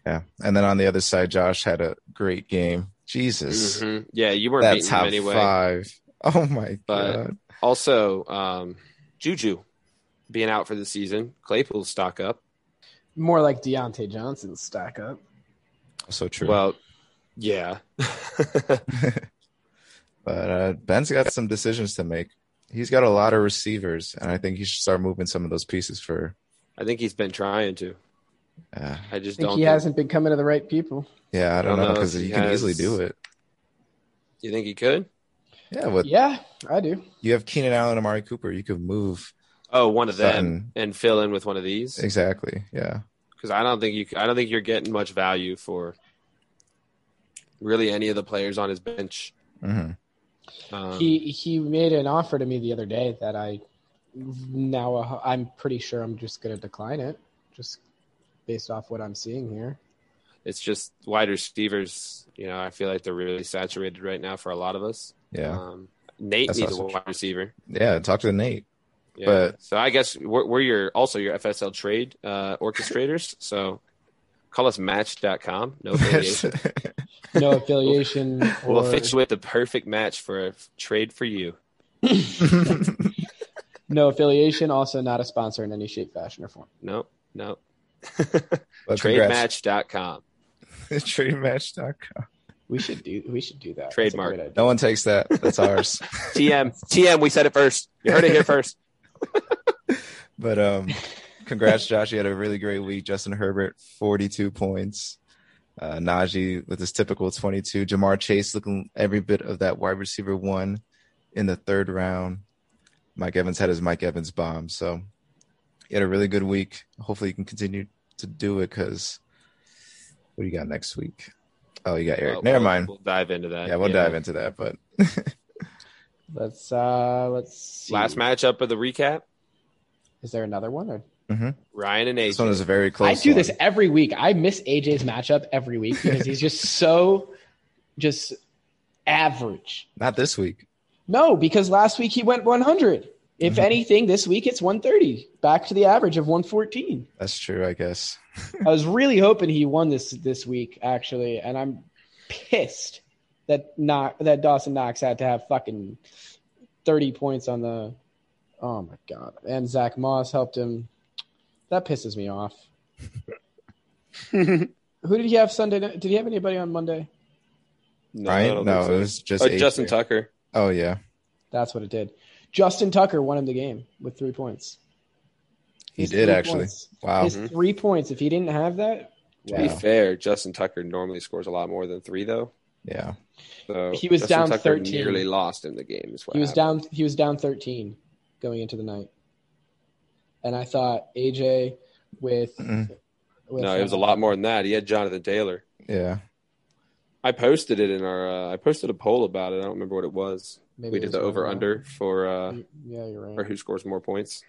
S2: yeah. And then on the other side, Josh had a great game. Jesus.
S3: Mhm. Yeah, you weren't
S2: That
S3: beating
S2: top
S3: him anyway.
S2: five. (laughs) Oh my
S3: But-
S2: god.
S3: Also, um, Juju being out for the season, Claypool's stock up.
S1: more like Deontay Johnson's stack up.
S2: So true.
S3: Well, yeah,
S2: But uh, Ben's got some decisions to make. He's got a lot of receivers, and I think he should start moving some of those pieces for.
S3: I think he's been trying to.
S2: Uh,
S3: I
S1: I think
S3: just don't.
S1: he
S3: think-
S1: hasn't been coming to the right people.
S2: yeah, I don't, know because
S3: if he
S2: you can easily
S3: has-
S2: do it.
S3: You think he could?
S2: Yeah, but
S1: Yeah, I do.
S2: you have Keenan Allen, Amari Cooper. You could move
S3: Oh, one of them.
S2: Sutton.
S3: and fill in with one of these
S2: Exactly. Yeah.
S3: because I don't think you I don't think you're getting much value for really any of the players on his bench.
S2: hmm
S3: Um,
S1: he he made an offer to me the other day that I now uh, I'm pretty sure I'm just going to decline it, just based off what I'm seeing here.
S3: it's just wide receivers. You know, I feel like they're really saturated right now for a lot of us.
S2: Yeah.
S3: Um, Nate
S2: That's
S3: needs a
S2: also
S3: wide receiver.
S2: Yeah. Talk to Nate.
S3: Yeah.
S2: But-
S3: so I guess we're, we're your also your FSL trade uh, orchestrators. (laughs) so call us Match.com.
S2: (laughs)
S3: No (laughs) affiliation. (laughs)
S1: No affiliation.
S3: we'll
S1: or-
S3: fix you with the perfect match for a f- trade for you.
S1: No affiliation. Also, not a sponsor in any shape, fashion, or form.
S3: No, no.
S2: Well, congrats.
S3: Tradematch.com.
S2: (laughs) Tradematch.com.
S1: We should do. We should do that. That's a
S3: Trademark.
S1: great idea.
S2: No one takes that. That's (laughs) ours.
S3: TM, TM. We said it first. You heard
S2: (laughs)
S3: it here first.
S2: But um, congrats, Josh. You had a really great week. Justin Herbert, 42 points. Uh, Najee with his typical 22. Jamar Chase looking every bit of that wide receiver one in the third round. Mike Evans had his Mike Evans bomb. So you had a really good week. Hopefully you can continue to do it because what do you got next week? Oh, you got Eric.
S3: Well,
S2: Never
S3: we'll-
S2: mind.
S3: We'll dive into that.
S2: yeah, we'll dive into that. But
S1: Let's uh let's see.
S3: Last matchup of the recap:
S1: Is there another one? Or...
S3: Ryan and
S2: this one
S3: AJ.
S2: is a very
S1: I
S2: close.
S1: do this
S2: one.
S1: every week. I miss AJ's matchup every week because he's just so just average.
S2: Not this week.
S1: No, because last week he went 100. If
S2: Mhm.
S1: anything, this week it's 130, back to the average of 114.
S2: That's true, I guess.
S1: I was really hoping he won this this week actually, and I'm pissed that not that Dawson Knox had to have fucking 30 points on the Oh my god. And Zach Moss helped him. That pisses me (laughs) off. Who did he have Sunday? night? Did he have anybody on Monday?
S3: no, I
S2: Right?
S3: don't
S2: No,
S3: think so.
S2: it was just
S3: Oh,
S2: AJ.
S3: Justin Tucker.
S2: Oh yeah,
S1: That's what it did. Justin Tucker won him the game with three points.
S2: he
S1: His
S2: did
S1: three
S2: actually.
S1: points.
S2: Wow.
S3: Mm-hmm.
S1: His three points. If he didn't have that,
S3: To be
S2: Wow.
S3: fair, Justin Tucker normally scores a lot more than three, though.
S2: Yeah.
S3: So
S1: He was
S3: Justin
S1: down
S3: Tucker
S1: 13.
S3: Nearly lost in the game. Is what
S1: he was
S3: happened.
S1: down. He was down thirteen going into the night, and I thought AJ with,
S2: Mm.
S1: with
S3: No, it was a
S1: uh,
S3: lot more than that. He had Jonathan Taylor.
S2: Yeah.
S3: I posted it in our. Uh, I posted a poll about it. I don't remember what it was.
S1: maybe
S3: we
S1: it
S3: did
S1: was
S3: the
S1: one
S3: over under for uh,
S1: more. Yeah, you're
S3: or
S1: right.
S3: who scores more points.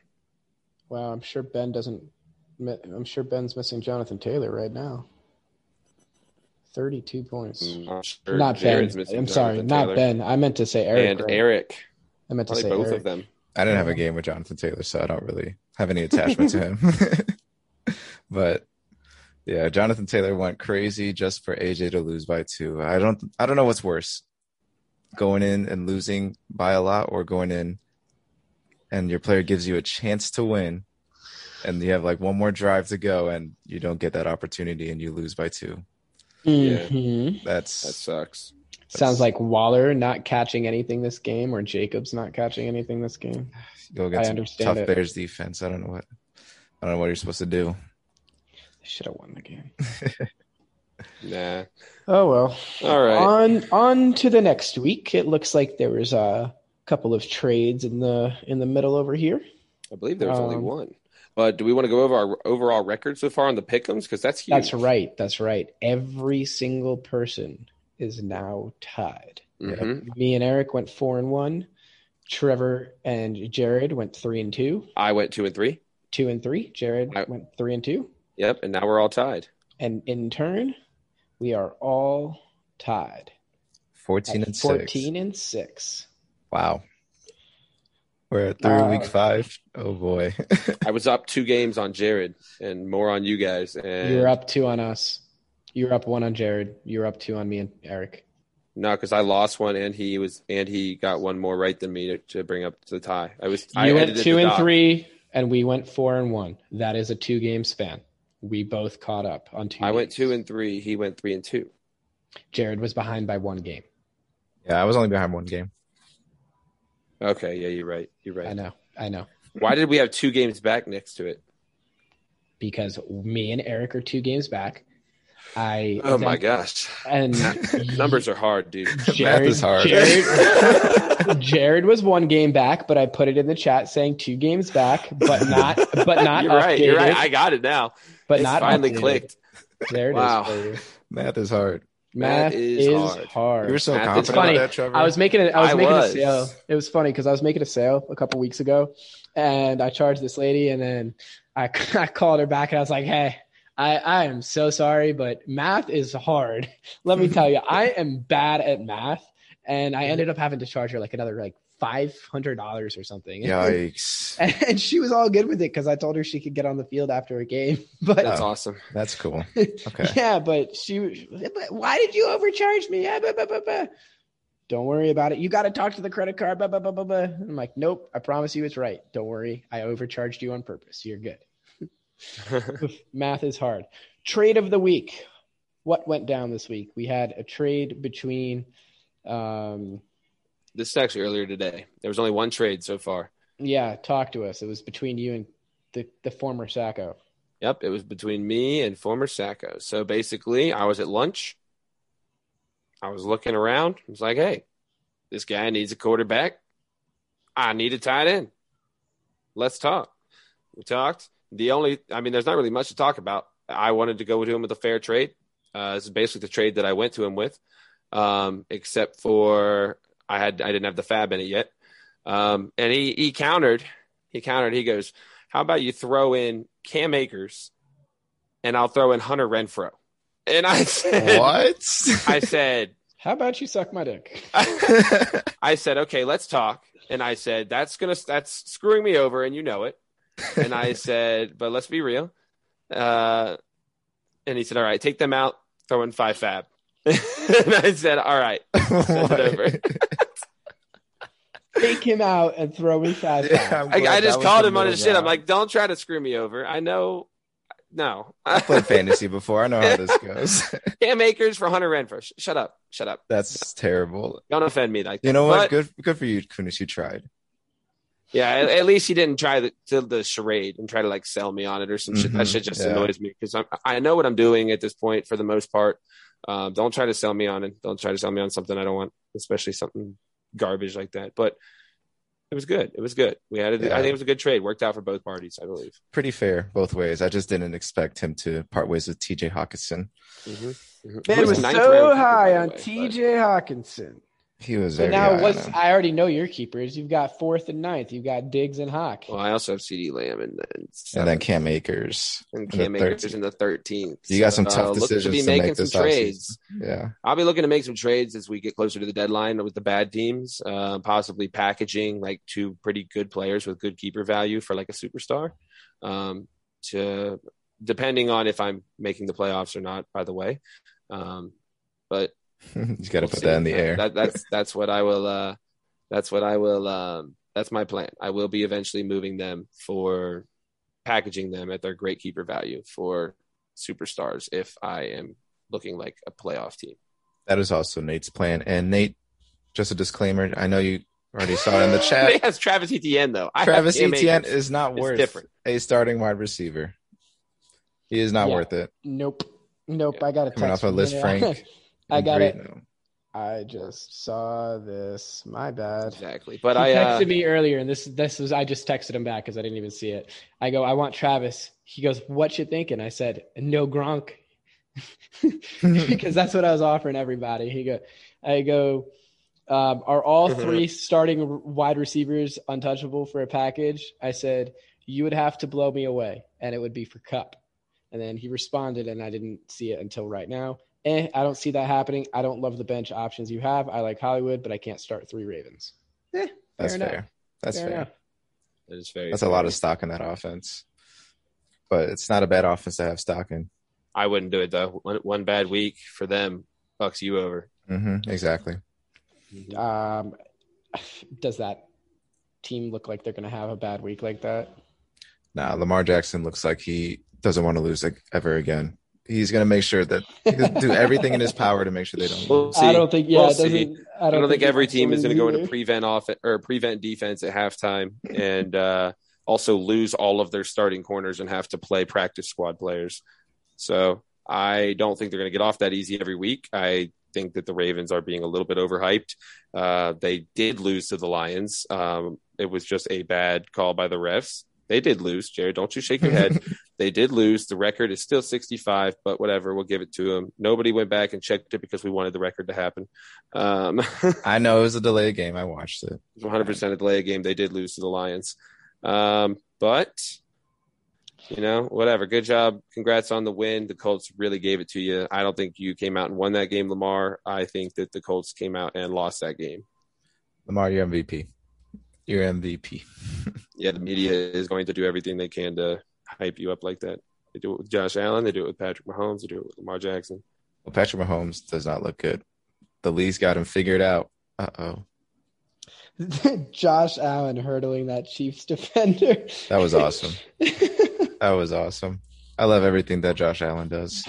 S1: Wow, I'm sure Ben doesn't. mi- I'm sure Ben's missing Jonathan Taylor right now. Thirty-two points.
S3: Mm, I'm not sure.
S1: Not Ben.
S3: Jared's missing
S1: I'm sorry,
S3: Jonathan
S1: not
S3: Taylor.
S1: Ben. I meant to say Eric.
S3: and
S1: right?
S3: Eric.
S1: I meant to say
S3: Probably both
S1: Eric.
S3: of them.
S2: I didn't have a game with Jonathan Taylor, so I don't really have any attachment to him. (laughs) but yeah, Jonathan Taylor went crazy just for AJ to lose by two. I don't I don't know what's worse. Going in and losing by a lot or going in and your player gives you a chance to win and you have like one more drive to go and you don't get that opportunity and you lose by two.
S3: Yeah.
S1: Mhm.
S2: That's,
S3: That sucks.
S1: Sounds like Waller not catching anything this game, or Jacobs not catching anything this game.
S2: go
S1: I
S2: against some
S1: understand
S2: tough
S1: it.
S2: Bears defense. I don't know what I don't know what you're supposed to do.
S1: They should have won the game.
S3: Nah.
S1: Oh well.
S3: All right.
S1: On on to the next week. It looks like there was a couple of trades in the in the middle over here.
S3: I believe there was only
S1: um,
S3: one. But do we want to go over our overall record so far on the pickums? Because that's huge.
S1: That's right. That's right. Every single person is now tied.
S3: Mhm.
S1: Me and Eric went four and one. Trevor and Jared went three and two.
S3: I went two and three.
S1: Two and three. Jared
S3: I-
S1: went three and two.
S3: Yep. And now we're all tied.
S1: And in turn, we are all tied. at
S2: 14 and
S1: 14
S2: six.
S1: and six.
S2: Wow. We're at through
S1: Uh,
S2: week five. Oh boy. (laughs)
S3: I was up two games on Jared and more on you guys. And
S1: You're up two on us. You're up one on Jared. You're up two on me and Eric.
S3: No, because I lost one and he was and he got one more right than me to, to bring up to the tie. I was I
S1: You went
S3: edited
S1: two
S3: the
S1: and
S3: doc.
S1: three, and we went four and one. That is a two game span. We both caught up on two.
S3: I went
S1: games.
S3: two and three. He went three and two.
S1: Jared was behind by one game.
S2: yeah, I was only behind one game.
S3: Okay, yeah, you're right. You're
S1: I
S3: right.
S1: know. I know.
S3: Why did we have two games back next to it?
S1: Because me and Eric are two games back. I
S3: Oh my gosh,
S1: and
S3: (laughs) numbers are
S1: (laughs)
S3: hard, dude.
S2: (laughs)
S1: Jared,
S2: is hard.
S1: Jared, Jared was one game back, but I put it in the chat saying two games back, but not but not
S3: you're right. You're right.
S1: updated,
S3: I got it now.
S1: but
S3: It's
S1: not
S3: finally
S1: updated.
S3: clicked.
S1: There it is
S3: Wow.
S1: for you.
S2: Math is hard.
S1: Math
S3: is
S1: is,
S3: hard.
S1: hard.
S2: You were so
S3: Math is
S2: confident about
S1: funny.
S2: that, Trevor.
S1: I was making it. I was
S3: I
S1: making
S3: was.
S1: a sale. It was funny because I was making a sale a couple weeks ago, and I charged this lady, and then I, (laughs) I called her back, and I was like, "Hey, I I am so sorry, but math is hard. (laughs) Let me tell you, I am bad at math, and I ended up having to charge her like another like five hundred dollars or something.
S2: Yikes.
S1: (laughs) And she was all good with it because I told her she could get on the field after a game. (laughs) But
S3: That's
S2: Oh.
S3: awesome. (laughs)
S2: That's cool. Okay.
S1: yeah, but she. was- But why did you overcharge me? Ah, blah, blah, blah, blah. Don't worry about it. You got to talk to the credit card. Blah, blah, blah, blah, blah. I'm like, nope. I promise you, it's right. Don't worry. I overcharged you on purpose. You're good. Math is hard. Trade of the week. What went down this week? We had a trade between. Um,
S3: this is actually earlier today. There was only one trade so far.
S1: yeah, talk to us. It was between you and the the former Sacco.
S3: Yep, it was between me and former Sacco. So basically, I was at lunch. I was looking around. I was like, hey, this guy needs a quarterback. I need a tight end. Let's talk. We talked. The only, I mean, there's not really much to talk about. I wanted to go to him with a fair trade. Uh, this is basically the trade that I went to him with, um, except for I had I didn't have the fab in it yet. Um, and he he countered. He countered. He goes, how about you throw in Cam Akers and I'll throw in Hunter Renfro? And I (laughs) said,
S2: what? (laughs)
S3: I said,
S1: How about you suck my dick? (laughs)
S3: I said, okay, let's talk. And I said, that's gonna that's screwing me over, and you know it.
S2: (laughs)
S3: And I said, but let's be real. Uh, and he said, all right, take them out, throw in five fab. (laughs) and I said, all right, send it
S2: What? (laughs)
S3: over.
S1: Take him out and throw me
S3: (laughs)
S1: five.
S2: Yeah,
S1: times.
S2: I'm
S3: I,
S2: glad
S3: I
S2: that
S3: just
S2: was
S3: called
S2: the
S3: him on
S2: middle
S3: his shit. I'm
S2: ground.
S3: like, (laughs) don't try to screw me over. I know, no. (laughs)
S2: I played fantasy before. I know how this goes.
S3: Cam Akers for Hunter Renfro. Sh- shut up, shut up.
S2: That's terrible.
S3: Don't offend me like that.
S2: You know what?
S3: But-
S2: good, good for you, Kunis. You tried.
S3: Yeah, at, at least he didn't try the, to the charade and try to like sell me on it or some shit. That
S2: Mhm,
S3: shit just
S2: yeah.
S3: annoys me because I know what I'm doing at this point for the most part. Um, don't try to sell me on it. Don't try to sell me on something I don't want, especially something garbage like that. But it was good. It was good. We had. A, I
S2: Yeah.
S3: think it was a good trade. Worked out for both parties, I believe.
S2: Pretty fair both ways. I just didn't expect him to part ways with T.J. Hawkinson.
S3: Mhm.
S1: Man
S3: He
S1: it
S2: It
S1: was
S3: a ninth round
S1: so
S3: pick,
S1: high
S3: by the
S1: on
S3: way, but-
S1: TJ Hawkinson.
S2: He was
S1: So
S2: very
S1: now
S2: high
S1: what's
S2: on him.
S1: I already know your keepers. You've got fourth and ninth. You've got Diggs and Hawk.
S3: Well, I also have CD Lamb and then
S2: and then Cam Akers.
S3: and
S2: in the
S3: Cam Akers
S2: 13th.
S3: in the 13th.
S2: You got some tough
S3: look
S2: decisions to make this offseason.
S3: some trades.
S2: Yeah, (laughs)
S3: I'll be looking to make some trades as we get closer to the deadline with the bad teams, uh, possibly packaging like two pretty good players with good keeper value for like a superstar. Um, to depending on if I'm making the playoffs or not, by the way. Um, but
S2: you got to
S3: we'll
S2: put
S3: see.
S2: that in the air.
S3: That, that's that's what I will. Uh, that's what I will. Um, that's my plan. I will be eventually moving them for packaging them at their great keeper value for superstars if I am looking like a playoff team.
S2: that is also Nate's plan. And Nate, just a disclaimer. I know you already
S1: (laughs)
S2: saw
S3: (laughs)
S2: it in the
S3: Nate
S2: chat.
S3: has Travis Etienne though. I have
S2: Travis
S3: Cam
S2: Etienne
S3: Akers.
S2: is not
S3: It's
S2: worth
S3: different.
S2: a starting wide receiver. He is not
S1: Yeah.
S2: worth it.
S1: Nope. Nope, I got a
S2: Coming
S1: text.
S2: off a
S1: from
S2: list,
S1: Danielle.
S2: Frank.
S1: (laughs) I got it.
S2: Great.
S1: I just saw this. My bad.
S3: Exactly. But
S1: he
S3: I uh,
S1: texted me earlier, and this this was I just texted him back because I didn't even see it. I go, I want Travis. He goes, What you thinking? I said, No Gronk, (laughs) because that's what I was offering everybody. He go, I go, um, are all
S3: Mm-hmm.
S1: three starting wide receivers untouchable for a package? I said, You would have to blow me away, and it would be for Cup. And then he responded, and I didn't see it until right now. Eh, I don't see that happening. I don't love the bench options you have. I like Hollywood, but I can't start three Ravens.
S2: That's
S1: enough.
S2: fair. That's fair.
S1: enough.
S3: uh, that is very
S2: That's a lot of stock in that offense. But it's not a bad offense to have stock in.
S3: I wouldn't do it though. One, one bad week for them bucks you over.
S2: hmm Exactly.
S1: Um, (sighs) does that team look like they're going to have a bad week like that?
S2: Nah, Lamar Jackson looks like he doesn't want to lose like, ever again. He's gonna make sure that he's gonna do everything in his power to make sure they don't.
S3: We'll
S2: lose.
S3: see.
S1: (laughs) I don't think. Yeah,
S3: We'll
S1: it doesn't,
S3: see.
S1: I
S3: I
S1: don't,
S3: don't think
S1: he
S3: every
S1: wants
S3: team is going to go
S1: lose
S3: into prevent off or prevent defense at (laughs) halftime and uh, also lose all of their starting corners and have to play practice squad players. So I don't think they're going to get off that easy every week. I think that the Ravens are being a little bit overhyped. Uh, they did lose to the Lions. Um, it was just a bad call by the refs. They did lose, Jared. Don't you shake your head. (laughs) They did lose. The record is still 65, but whatever. We'll give it to them. Nobody went back and checked it because we wanted the record to happen. Um,
S2: I know it was a delayed game. I watched it.
S3: 100% of the lay game. They did lose to the Lions. Um, but, you know, whatever. Good job. Congrats on the win. The Colts really gave it to you. I don't think you came out and won that game, Lamar. I think that the Colts came out and lost that game.
S2: Lamar, your MVP. Your MVP.
S3: Yeah, the media is going to do everything they can to hype you up like that. They do it with Josh Allen. They do it with Patrick Mahomes. They do it with Lamar Jackson.
S2: Well, Patrick Mahomes does not look good. The league's got him figured out. Uh oh.
S1: either. (laughs) Josh Allen hurdling that Chiefs defender.
S2: That was awesome. That was awesome. I love everything that Josh Allen does.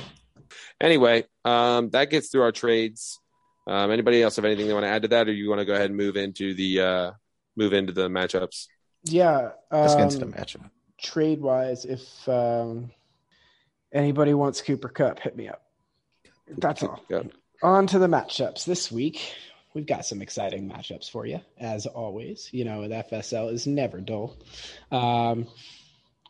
S3: Anyway, um, that gets through our trades. Um, anybody else have anything they want to add to that, or you want to go ahead and move into the uh, move into the matchups?
S1: (laughs) yeah.
S2: Let's get into the
S1: um,
S2: matchup.
S1: trade wise, if um, anybody wants Cooper Cup, hit me up. That's all.
S3: Go.
S1: On to the matchups this week. We've got some exciting matchups for you, as always. You know, the FSL is never dull. Um,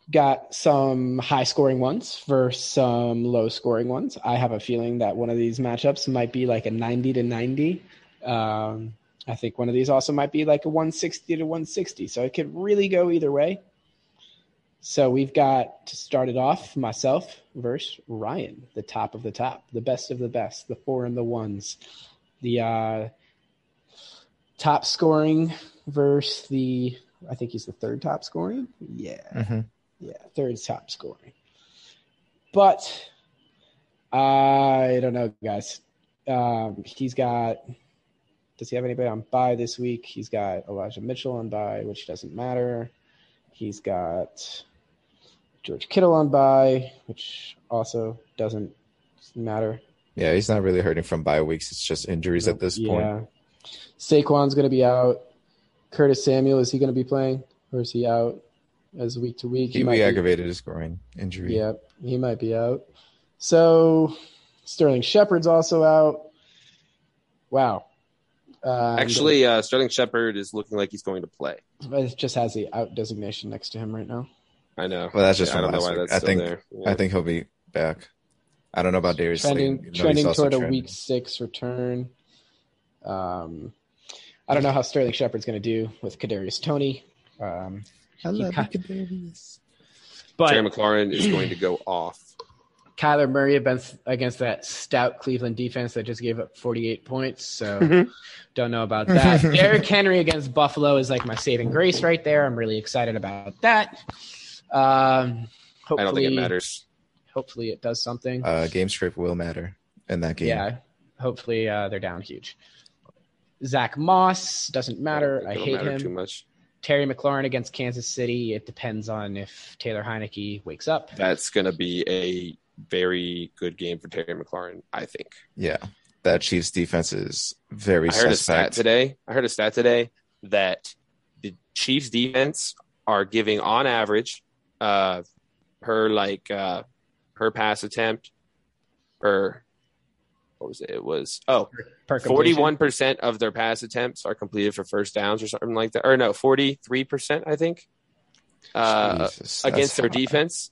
S1: got some high scoring ones for some low scoring ones. I have a feeling that one of these matchups might be like a 90 to 90. Um, I think one of these also might be like a 160 to 160. So it could really go either way. So we've got to start it off myself versus Ryan, the top of the top, the best of the best, the four and the ones, the uh, top scoring versus the I think he's the third top scoring. Yeah,
S3: mm-hmm.
S2: hmm
S1: yeah, third top scoring. But I don't know, guys. Um, he's got. Does he have anybody on bye this week? He's got Elijah Mitchell on bye, which doesn't matter. He's got George Kittle on bye, which also doesn't matter.
S2: Yeah, he's not really hurting from bye weeks. It's just injuries at this point.
S1: Saquon's going to be out. Curtis Samuel is he going to be playing or is he out as week to week?
S2: He
S1: might be-
S2: aggravated his groin injury.
S1: Yep, he might be out. So Sterling Shepard's also out. Wow. Um,
S3: Actually, uh, Sterling Shepard is looking like he's going to play.
S1: it just has the out designation next to him right now.
S3: I know.
S2: Well, that's just
S3: I
S2: from
S3: don't know
S2: last
S3: why
S2: week.
S3: that's
S2: I
S3: still
S2: think
S3: there. Yeah.
S2: I think he'll be back. I don't know about Darius.
S1: trending
S2: Slayton. You know, he's
S1: trending
S2: also
S1: toward a
S2: trending.
S1: week six return. Um, I don't know how Sterling Shepard's going to do with Kadarius Tony, um,
S2: I
S1: love you, but
S3: Terry McLaurin is going to go off.
S1: Kyler Murray against against that stout Cleveland defense that just gave up 48 points. So
S2: Mm-hmm.
S3: Mhm.
S1: don't know about
S2: (laughs)
S1: that. Derrick Henry against Buffalo is like my saving grace right there. I'm really excited about that. Um, hopefully,
S3: I don't think it matters.
S1: Hopefully, it does something.
S2: Uh, game script will matter in that game.
S1: Yeah. Hopefully uh, they're down huge. Zach Moss doesn't matter. I
S3: It'll
S1: hate
S3: matter too
S1: him.
S3: much.
S1: Terry McLaurin against Kansas City. It depends on if Taylor Heineke wakes up.
S3: That's going to be a very good game for Terry McLaurin. I think.
S2: yeah. That Chiefs defense is very
S3: I heard a stat
S2: suspect.
S3: today. I heard a stat today that the Chiefs defense are giving on average uh per like uh per pass attempt or what was it? It was oh
S1: Per completion.
S3: Forty-one percent of their pass attempts are completed for first downs or something like that. Or no, forty-three percent, I think, uh,
S2: Jesus, that's
S3: against their
S2: high.
S3: defense,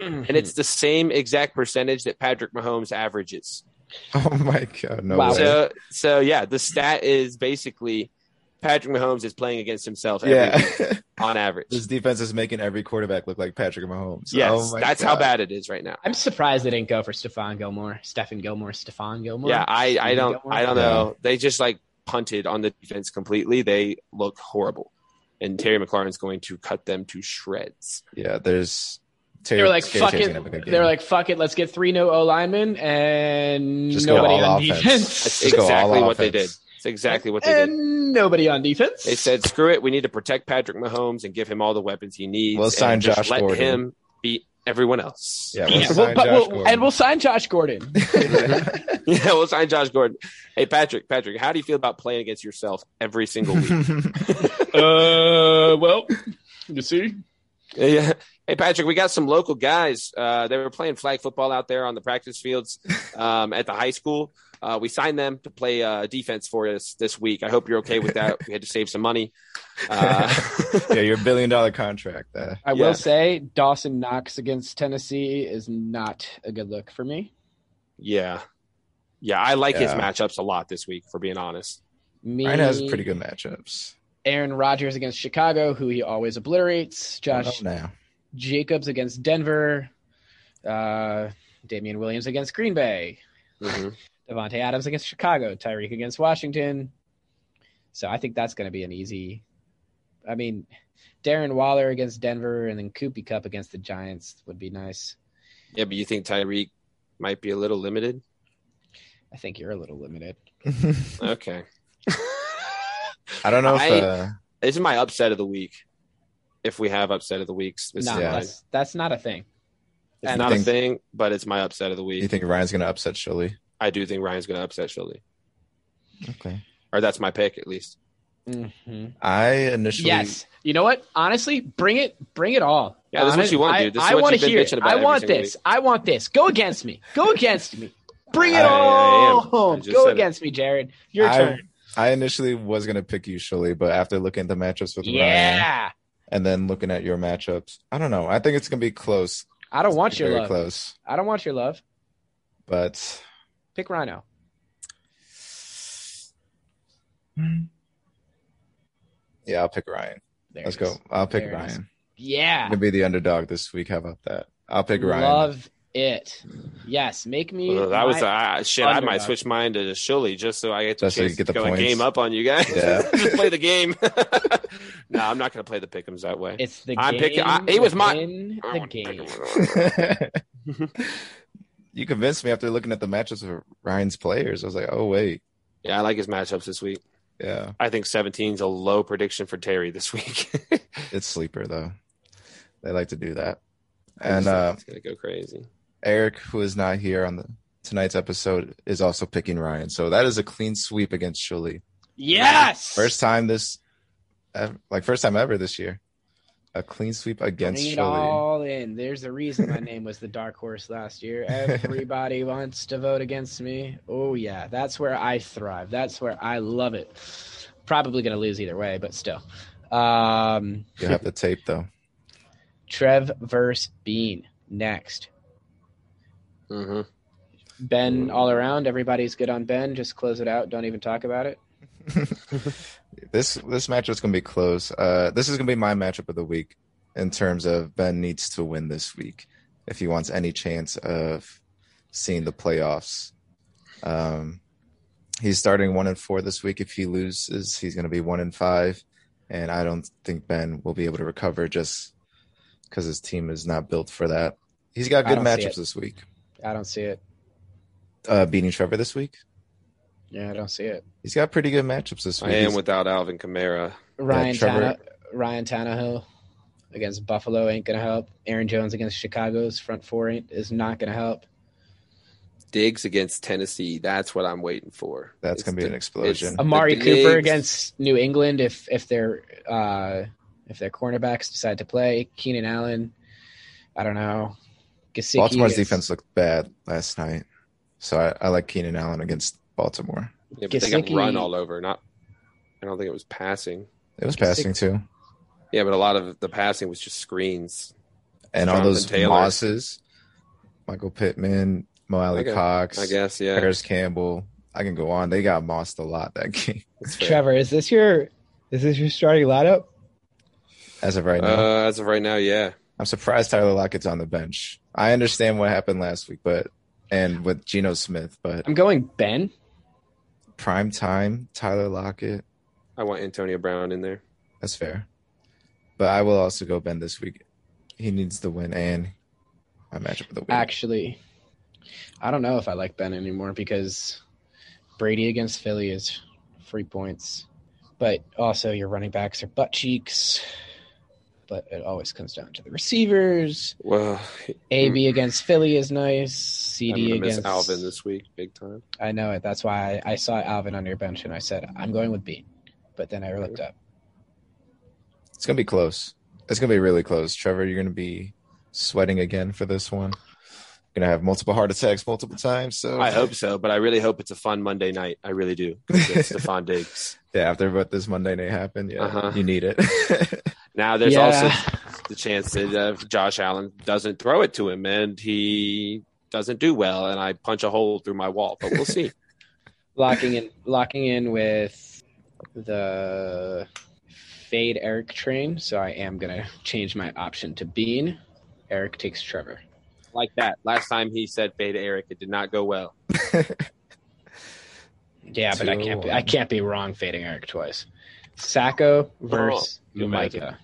S3: and it's the same exact percentage that Patrick Mahomes averages.
S2: (laughs) Oh my god, no
S1: Wow.
S2: way.
S3: So, so yeah, the stat is basically Patrick Mahomes is playing against himself every
S2: yeah,
S3: week
S2: (laughs)
S3: on average.
S2: this defense is making every quarterback look like Patrick Mahomes.
S3: yes,
S2: Oh my
S3: that's how
S2: God.
S3: bad it is right now.
S1: I'm surprised they didn't go for Stefan Gilmore, Stefan Gilmore, Stefan Gilmore.
S3: Yeah, I, I
S1: You
S3: don't
S1: don't want
S3: I don't
S2: that.
S3: know. They just like punted on the defense completely. They look horrible. And Terry McLaurin's going to cut them to shreds.
S2: Yeah, there's.
S1: they were like,
S2: Terry-
S1: "Fuck
S2: Terry's
S1: it."
S2: gonna have a good
S1: They were
S2: game.
S1: like, "Fuck it." Let's get three no O linemen and
S2: Just go
S1: nobody
S2: all
S1: on
S2: offense.
S1: defense.
S3: That's
S2: Just go all
S3: exactly what they did.
S2: offense.
S3: It's exactly what they did.
S1: and nobody on defense.
S3: They said, "Screw it, we need to protect Patrick Mahomes and give him all the weapons he needs.
S2: We'll
S3: and
S2: sign
S3: just
S2: Josh
S3: let
S2: Gordon."
S3: him beat everyone else."
S2: Yeah,
S1: Yeah,
S2: we'll
S1: we'll-
S2: sign
S1: but
S2: Josh
S1: we'll-
S2: Gordon.
S1: and we'll sign Josh
S2: (laughs)
S1: Gordon.
S3: (laughs) yeah, we'll sign Josh Gordon. Hey, Patrick, Patrick, how do you feel about playing against yourself every
S1: (laughs)
S3: single week?
S1: uh, well, you see,
S3: Yeah. Hey Patrick, we got some local guys. Uh, they were playing flag football out there on the practice fields um, at the high school. Uh, we signed them to play uh, defense for us this week. I hope you're okay with that. We had to save some money. Uh,
S2: (laughs) yeah, your billion dollar contract. Uh,
S1: I
S3: Yeah.
S1: will say Dawson Knox against Tennessee is not a good look for me.
S3: yeah, yeah. I like his
S2: Yeah.
S3: matchups a lot this week. For being honest,
S1: Me,
S2: Ryan has pretty good matchups.
S1: Aaron Rodgers against Chicago, who he always obliterates.
S2: I don't
S1: Josh
S2: know now.
S1: Jacobs against Denver. Uh, Damian Williams against Green Bay.
S2: Mm-hmm.
S3: Mhm.
S1: Devontae Adams against Chicago, Tyreek against Washington. So I think that's going to be an easy. I mean, Darren Waller against Denver and then Koopy Cup against the Giants would be nice.
S3: yeah. But you think Tyreek might be a little limited?
S1: I think you're a little limited.
S2: (laughs)
S3: Okay,
S2: I don't know if
S3: I-
S2: uh,
S3: this is my upset of the week. If we have upset of the weeks, this
S1: No,
S3: is
S2: Yeah.
S3: mine.
S1: that's, that's not a thing.
S3: It's
S2: You
S3: not a
S2: think-
S3: thing, but it's my upset of the week.
S2: you think Ryan's gonna upset Shirley.
S3: I do think Ryan's going to upset Shirley,
S2: Okay.
S3: or that's my pick at least.
S1: Mhm.
S2: I initially
S1: Yes. You know what? Honestly, bring it. Bring it all.
S3: Yeah, this is what
S1: Honest-
S3: you want,
S1: I-
S3: dude. This is
S1: I
S3: what
S1: wanna
S3: you've been
S1: hear
S3: bitching
S1: it.
S3: about
S1: I
S3: every
S1: want
S3: single
S1: this. I want this. Go against me. Go against me. Bring it
S3: (laughs) I- I
S1: all
S3: am. I
S1: home.
S3: just
S1: Go
S3: said it.
S1: against me, Jared. Your
S2: I-
S1: turn.
S2: I initially was gonna pick you, Shirley, but after looking at the matchups with Ryan
S1: Yeah.
S2: and then looking at your matchups, I don't know. I think it's gonna be close.
S1: I don't want
S2: It's
S1: your
S2: very
S1: love.
S2: close.
S1: I don't want your love.
S2: But
S1: Pick Rhino.
S2: yeah, I'll pick Ryan.
S1: There
S2: Let's
S1: it is.
S2: go. I'll pick
S1: There it is.
S2: Ryan.
S1: Yeah.
S2: Gonna be the underdog this week. How about that? I'll pick Ryan.
S1: Love it. Yes. Make me.
S3: Well, that was
S1: my-
S3: uh, shit. I might
S1: underdog.
S3: switch mine to Shilly just so I get to
S2: Just so you
S3: chase-
S2: get the
S3: go and
S2: points.
S3: game up on you guys.
S2: Yeah.
S3: (laughs)
S2: (laughs)
S3: just play the game. no, I'm not gonna play the pickums that way.
S1: it's the
S3: I'm
S1: game.
S3: picking- I- it was my-
S1: within
S3: I
S1: The
S3: wanna pick
S1: game.
S3: 'em.
S1: (laughs)
S2: you convinced me after looking at the matchups of Ryan's players. I was like, oh wait,
S3: yeah, I like his matchups this week.
S2: yeah,
S3: I think 17 is a low prediction for Terry this week. (laughs)
S2: it's sleeper though. They like to do that.
S3: I
S2: And
S3: just think
S2: uh,
S3: it's gonna go crazy.
S2: Eric, who is not here on the tonight's episode, is also picking Ryan. So that is a clean sweep against Shuli.
S1: Yes.
S2: First time this, ev- like first time ever this year, a clean sweep against
S1: Bring it
S2: Shuli.
S1: all in. There's a reason my name was the dark horse last
S2: (laughs)
S1: year. Everybody wants to vote against me. Oh yeah, that's where I thrive. That's where I love it. Probably gonna lose either way, but still. Um,
S2: You have the tape though.
S1: Trev verse Bean next.
S3: Mhm.
S1: Ben all around. Everybody's good on Ben. Just close it out. Don't even talk about it.
S2: (laughs) this this matchup's gonna be close. Uh, this is gonna be my matchup of the week in terms of Ben needs to win this week if he wants any chance of seeing the playoffs. Um, he's starting one and four this week. If he loses, he's gonna be one and five, and I don't think Ben will be able to recover just because his team is not built for that. He's got
S1: I
S2: good
S1: don't see
S2: matchups
S1: it.
S2: this week.
S1: I don't see it.
S2: Uh, beating Trevor this week,
S1: Yeah, I don't see it.
S2: he's got pretty good matchups this
S3: I
S2: week.
S3: am
S2: He's-
S3: without Alvin Kamara.
S1: Ryan
S2: Trevor-
S1: Tana, Ryan Tannehill against Buffalo ain't gonna help. Aaron Jones against Chicago's front four ain't is not gonna help.
S3: Diggs against Tennessee. That's what I'm waiting for.
S2: that's
S3: It's
S2: gonna be
S3: the-
S2: an explosion.
S3: The
S1: Amari
S3: Bigs.
S1: Cooper against New England if if their uh, if their cornerbacks decide to play. Keenan Allen, I don't know. Gesicki
S2: Baltimore's
S1: is-
S2: defense looked bad last night, so I, I like Keenan Allen against Baltimore.
S3: Yeah, but they got
S1: Gesicki-
S3: run all over. Not, I don't think it was passing.
S2: It was
S1: Six-
S2: passing too,
S3: Yeah, but a lot of the passing was just screens.
S2: and all
S3: Jonathan
S2: those
S3: Taylor.
S2: losses. Michael Pittman, Mo Alley
S3: Okay,
S2: Cox,
S3: I guess. Yeah,
S2: Paris Campbell. I can go on. They got mossed a lot that (laughs) game
S3: that's fair.
S4: Trevor, is this your is this your starting lineup?
S2: as of right now.
S3: Uh, as of right now, yeah.
S2: I'm surprised Tyler Lockett's on the bench. I understand what happened last week, but and with Geno Smith, but
S1: I'm going Ben.
S2: prime time Tyler Lockett,
S3: I want Antonio Brown in there.
S2: that's fair. But I will also go Ben this week. He needs the win and my matchup of the week.
S1: Actually, I don't know if I like Ben anymore because Brady against Philly is three points, but also your running backs are butt cheeks. But it always comes down to the receivers.
S3: Well,
S1: AB against Philly is nice. CD
S3: Hmm. I'm gonna miss
S1: against
S3: Alvin this week, big time.
S1: I know it. That's why I, I saw Alvin on your bench and I said I'm going with B. But then I looked up.
S2: It's gonna be close. It's gonna be really close. Trevor, you're gonna be sweating again for this one. You're gonna have multiple heart attacks multiple times. So
S3: I hope so, but I really hope it's a fun Monday night. I really do. 'Cause (laughs) it's Stephon Diggs.
S2: yeah, after what this Monday night happened, yeah,
S3: Uh-huh.
S2: you need it. (laughs)
S3: Now there's also
S1: yeah,
S3: the chance that uh, Josh Allen doesn't throw it to him and he doesn't do well, and I punch a hole through my wall. But
S1: (laughs)
S3: we'll see.
S1: (laughs) locking in, locking in with the fade Eric train. So I am gonna change my option to Bean. Eric takes Trevor.
S3: like that. Last time he said Beta Eric, it did not go well.
S1: Yeah, but I can't. Be, I
S2: 201.
S1: can't be wrong fading Eric twice. Sacco versus
S3: Oh, you imagine.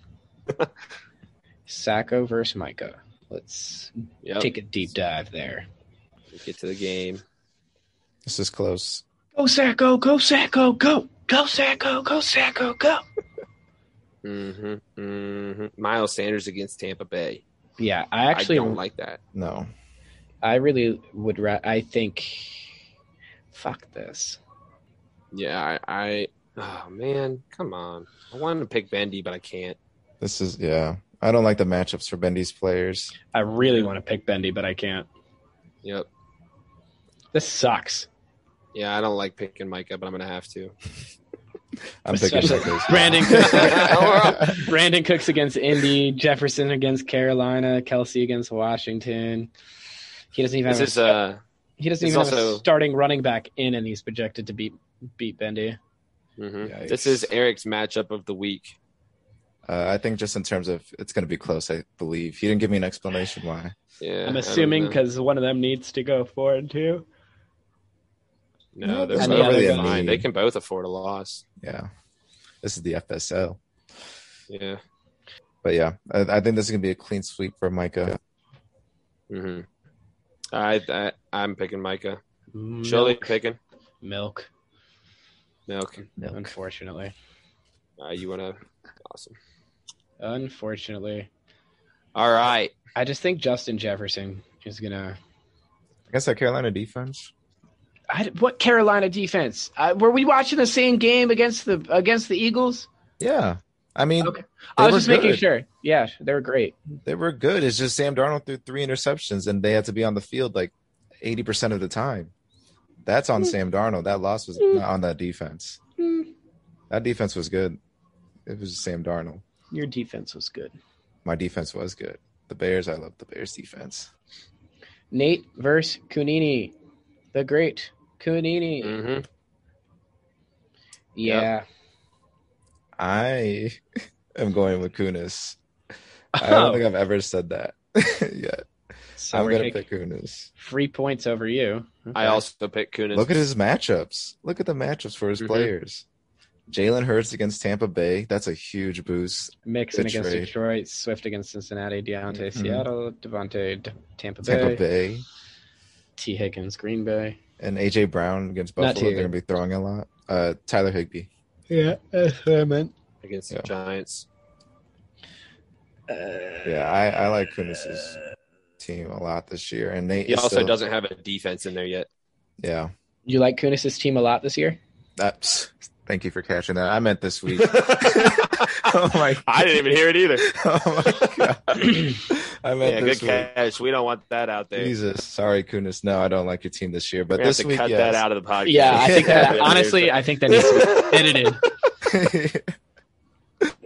S1: Micah.
S3: (laughs)
S1: Sacco versus Micah. Let's
S3: Yep.
S1: take a deep dive there.
S3: Get to the game.
S2: this is close.
S1: Go Sacco! Go Sacco! Go! Go Sacco! Go Sacco! Go!
S3: hmm hmm Miles Sanders against Tampa Bay.
S1: Yeah, I actually
S3: I don't like that.
S2: No.
S1: I really would. Ra- I think. Fuck this.
S3: Yeah, I, I. Oh man, come on. I wanted to pick Bendy, but I can't.
S2: This is yeah. I don't like the matchups for Bendy's players.
S1: I really want to pick Bendy, but I can't.
S3: Yep.
S1: This sucks.
S3: Yeah, I don't like picking Micah, but I'm gonna have to.
S2: I'm picking
S3: (laughs)
S1: Especially-
S2: Bendy's. (laughs)
S1: Brandon
S3: Cooks.
S1: Brandon Cooks against Indy, Jefferson against Carolina, Kelsey against Washington. He doesn't even
S3: This
S1: have
S3: is
S1: a,
S3: uh.
S1: he doesn't
S3: it's
S1: even have
S3: also-
S1: a starting running back in, and he's projected to beat beat Bendy.
S3: mhm.
S2: Yikes.
S3: This is Eric's matchup of the week.
S2: Uh, I think just in terms of it's going to be close. I believe he didn't give me an explanation why.
S3: Yeah, I
S1: I'm
S3: don't
S1: assuming
S3: know.
S1: because one of them needs to go four and two.
S3: no,
S2: And
S3: there's
S1: the
S3: not
S1: other
S3: really a
S1: guy-
S3: line. They can both afford a loss.
S2: Yeah, this is the FSL.
S3: Yeah.
S2: But yeah, I, I think this is going to be a clean sweep for Micah.
S3: hmm I, I I'm picking Micah.
S1: Milk,
S3: Surely picking
S1: milk,
S3: milk.
S2: Milk.
S1: unfortunately.
S3: Uh, you wanna? Awesome.
S1: Unfortunately.
S3: All right.
S1: I just think Justin Jefferson is gonna.
S2: Against that Carolina defense,
S1: I, what Carolina defense? I, were we watching the same game against the against the Eagles?
S2: yeah. I mean,
S1: Okay.
S2: They
S1: I was
S2: were
S1: just making
S2: good.
S1: sure. Yeah, they were great.
S2: they were good. It's just Sam Darnold threw three interceptions, and they had to be on the field like eighty percent of the time. That's
S1: Hmm.
S2: on Sam Darnold. That loss was not on that defense.
S1: Mm.
S2: That defense was good. It was Sam Darnold.
S1: Your defense was good.
S2: My defense was good. The Bears, I love the Bears defense.
S1: Nate versus Kunini, the great Kunini.
S3: hmm
S1: Yeah,
S2: I (laughs) am going with Kunis.
S1: (laughs)
S2: I don't
S1: Oh.
S2: think I've ever said that (laughs) yet.
S1: so
S2: I'm
S1: we're
S2: going to
S1: taking
S2: pick Kunis.
S1: three points over you. Okay.
S3: I also pick Kunis.
S2: Look at his matchups. Look at the matchups for his
S3: Mhm.
S2: players. Jalen Hurts against Tampa Bay. That's a huge boost.
S1: Mixon against
S2: Detroit.
S1: Detroit, Swift against Cincinnati, Deontay
S2: Mhm.
S1: Seattle, Devontae D- Tampa Bay,
S2: Tampa Bay
S1: T Higgins Green Bay.
S2: and AJ Brown against
S1: Not
S2: Buffalo. They're
S1: Higgins.
S2: going to be throwing a lot. Uh, Tyler Higby.
S4: Yeah, that's what I meant.
S3: against
S2: Yeah.
S3: the Giants.
S1: Uh,
S2: Yeah, I, I like Kunis's team a lot this year. And Nate
S3: He
S2: is
S3: also
S2: still-
S3: doesn't have a defense in there yet.
S2: Yeah.
S1: You like Kunis's team a lot this year?
S2: That's. Thank you for catching that. I meant this
S3: (laughs)
S2: week. (laughs)
S3: I
S2: oh my!
S3: didn't even hear it either.
S2: Oh my god! I meant
S3: Yeah,
S2: this
S3: good
S2: week.
S3: catch. We don't want that out there.
S2: Jesus, sorry, Kunis. No, I don't like your team this year. But
S3: we
S2: this
S3: have to
S2: week,
S3: cut
S2: yes.
S3: that out of the podcast.
S1: Yeah, I
S2: (laughs)
S1: think that
S3: (laughs)
S2: Yeah.
S1: honestly, I think that needs to be edited.
S2: (laughs)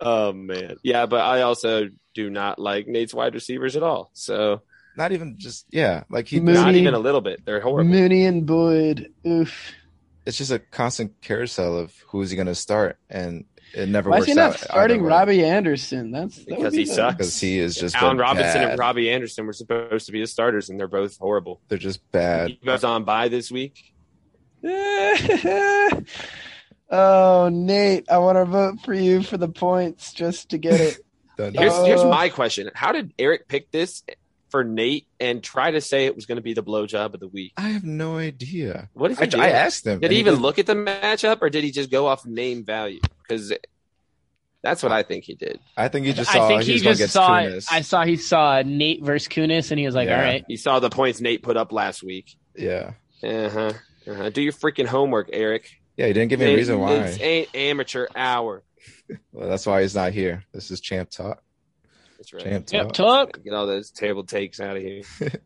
S3: oh man, yeah, but I also do not like Nate's wide receivers at all. So
S2: Not even just yeah, like he.
S4: Moody.
S3: not even a little bit. They're horrible.
S4: Mooney and Boyd. Oof.
S2: It's just a constant carousel of who is he going to start, and it never
S4: Why is
S2: works
S4: he not
S2: out
S4: starting
S2: either way,
S4: Robbie Anderson? That's that would
S3: Because
S4: be
S3: he
S4: the-
S3: sucks.
S2: because he is just
S3: Allen
S2: been
S3: Robinson
S2: bad.
S3: and Robbie Anderson were supposed to be the starters, and they're both horrible.
S2: They're just bad.
S3: He goes on by this week.
S4: (laughs) oh, Nate, I want to vote for you for the points just to get it.
S2: Dun-
S3: Here's
S4: Uh,
S3: here's my question: How did Eric pick this for Nate and try to say it was going to be the blowjob of the week?
S2: I have no idea.
S3: What if he
S2: I,
S3: did?
S2: I asked him.
S3: Did
S2: and
S3: he even
S2: didn't-
S3: look at the matchup, or did he just go off name value? Because that's what I think he did.
S2: I think he (laughs) just
S1: I
S2: saw
S1: think he
S2: he was going to
S1: just
S2: get
S1: saw.
S2: Kunis.
S1: I saw he saw Nate versus Kunis, and he was like,
S2: Yeah.
S1: "All right,
S3: He saw the points Nate put up last week.
S2: Yeah,
S3: Uh huh. Uh-huh. Do your freaking homework, Eric.
S2: yeah. He didn't give me a
S3: It-
S2: reason
S3: It's
S2: why.
S3: ain't amateur hour.
S2: Well, that's why he's not here. This is champ talk.
S3: That's right.
S2: Champ
S1: yep,
S2: talk.
S1: talk."
S3: Get all those terrible takes out of here.
S2: But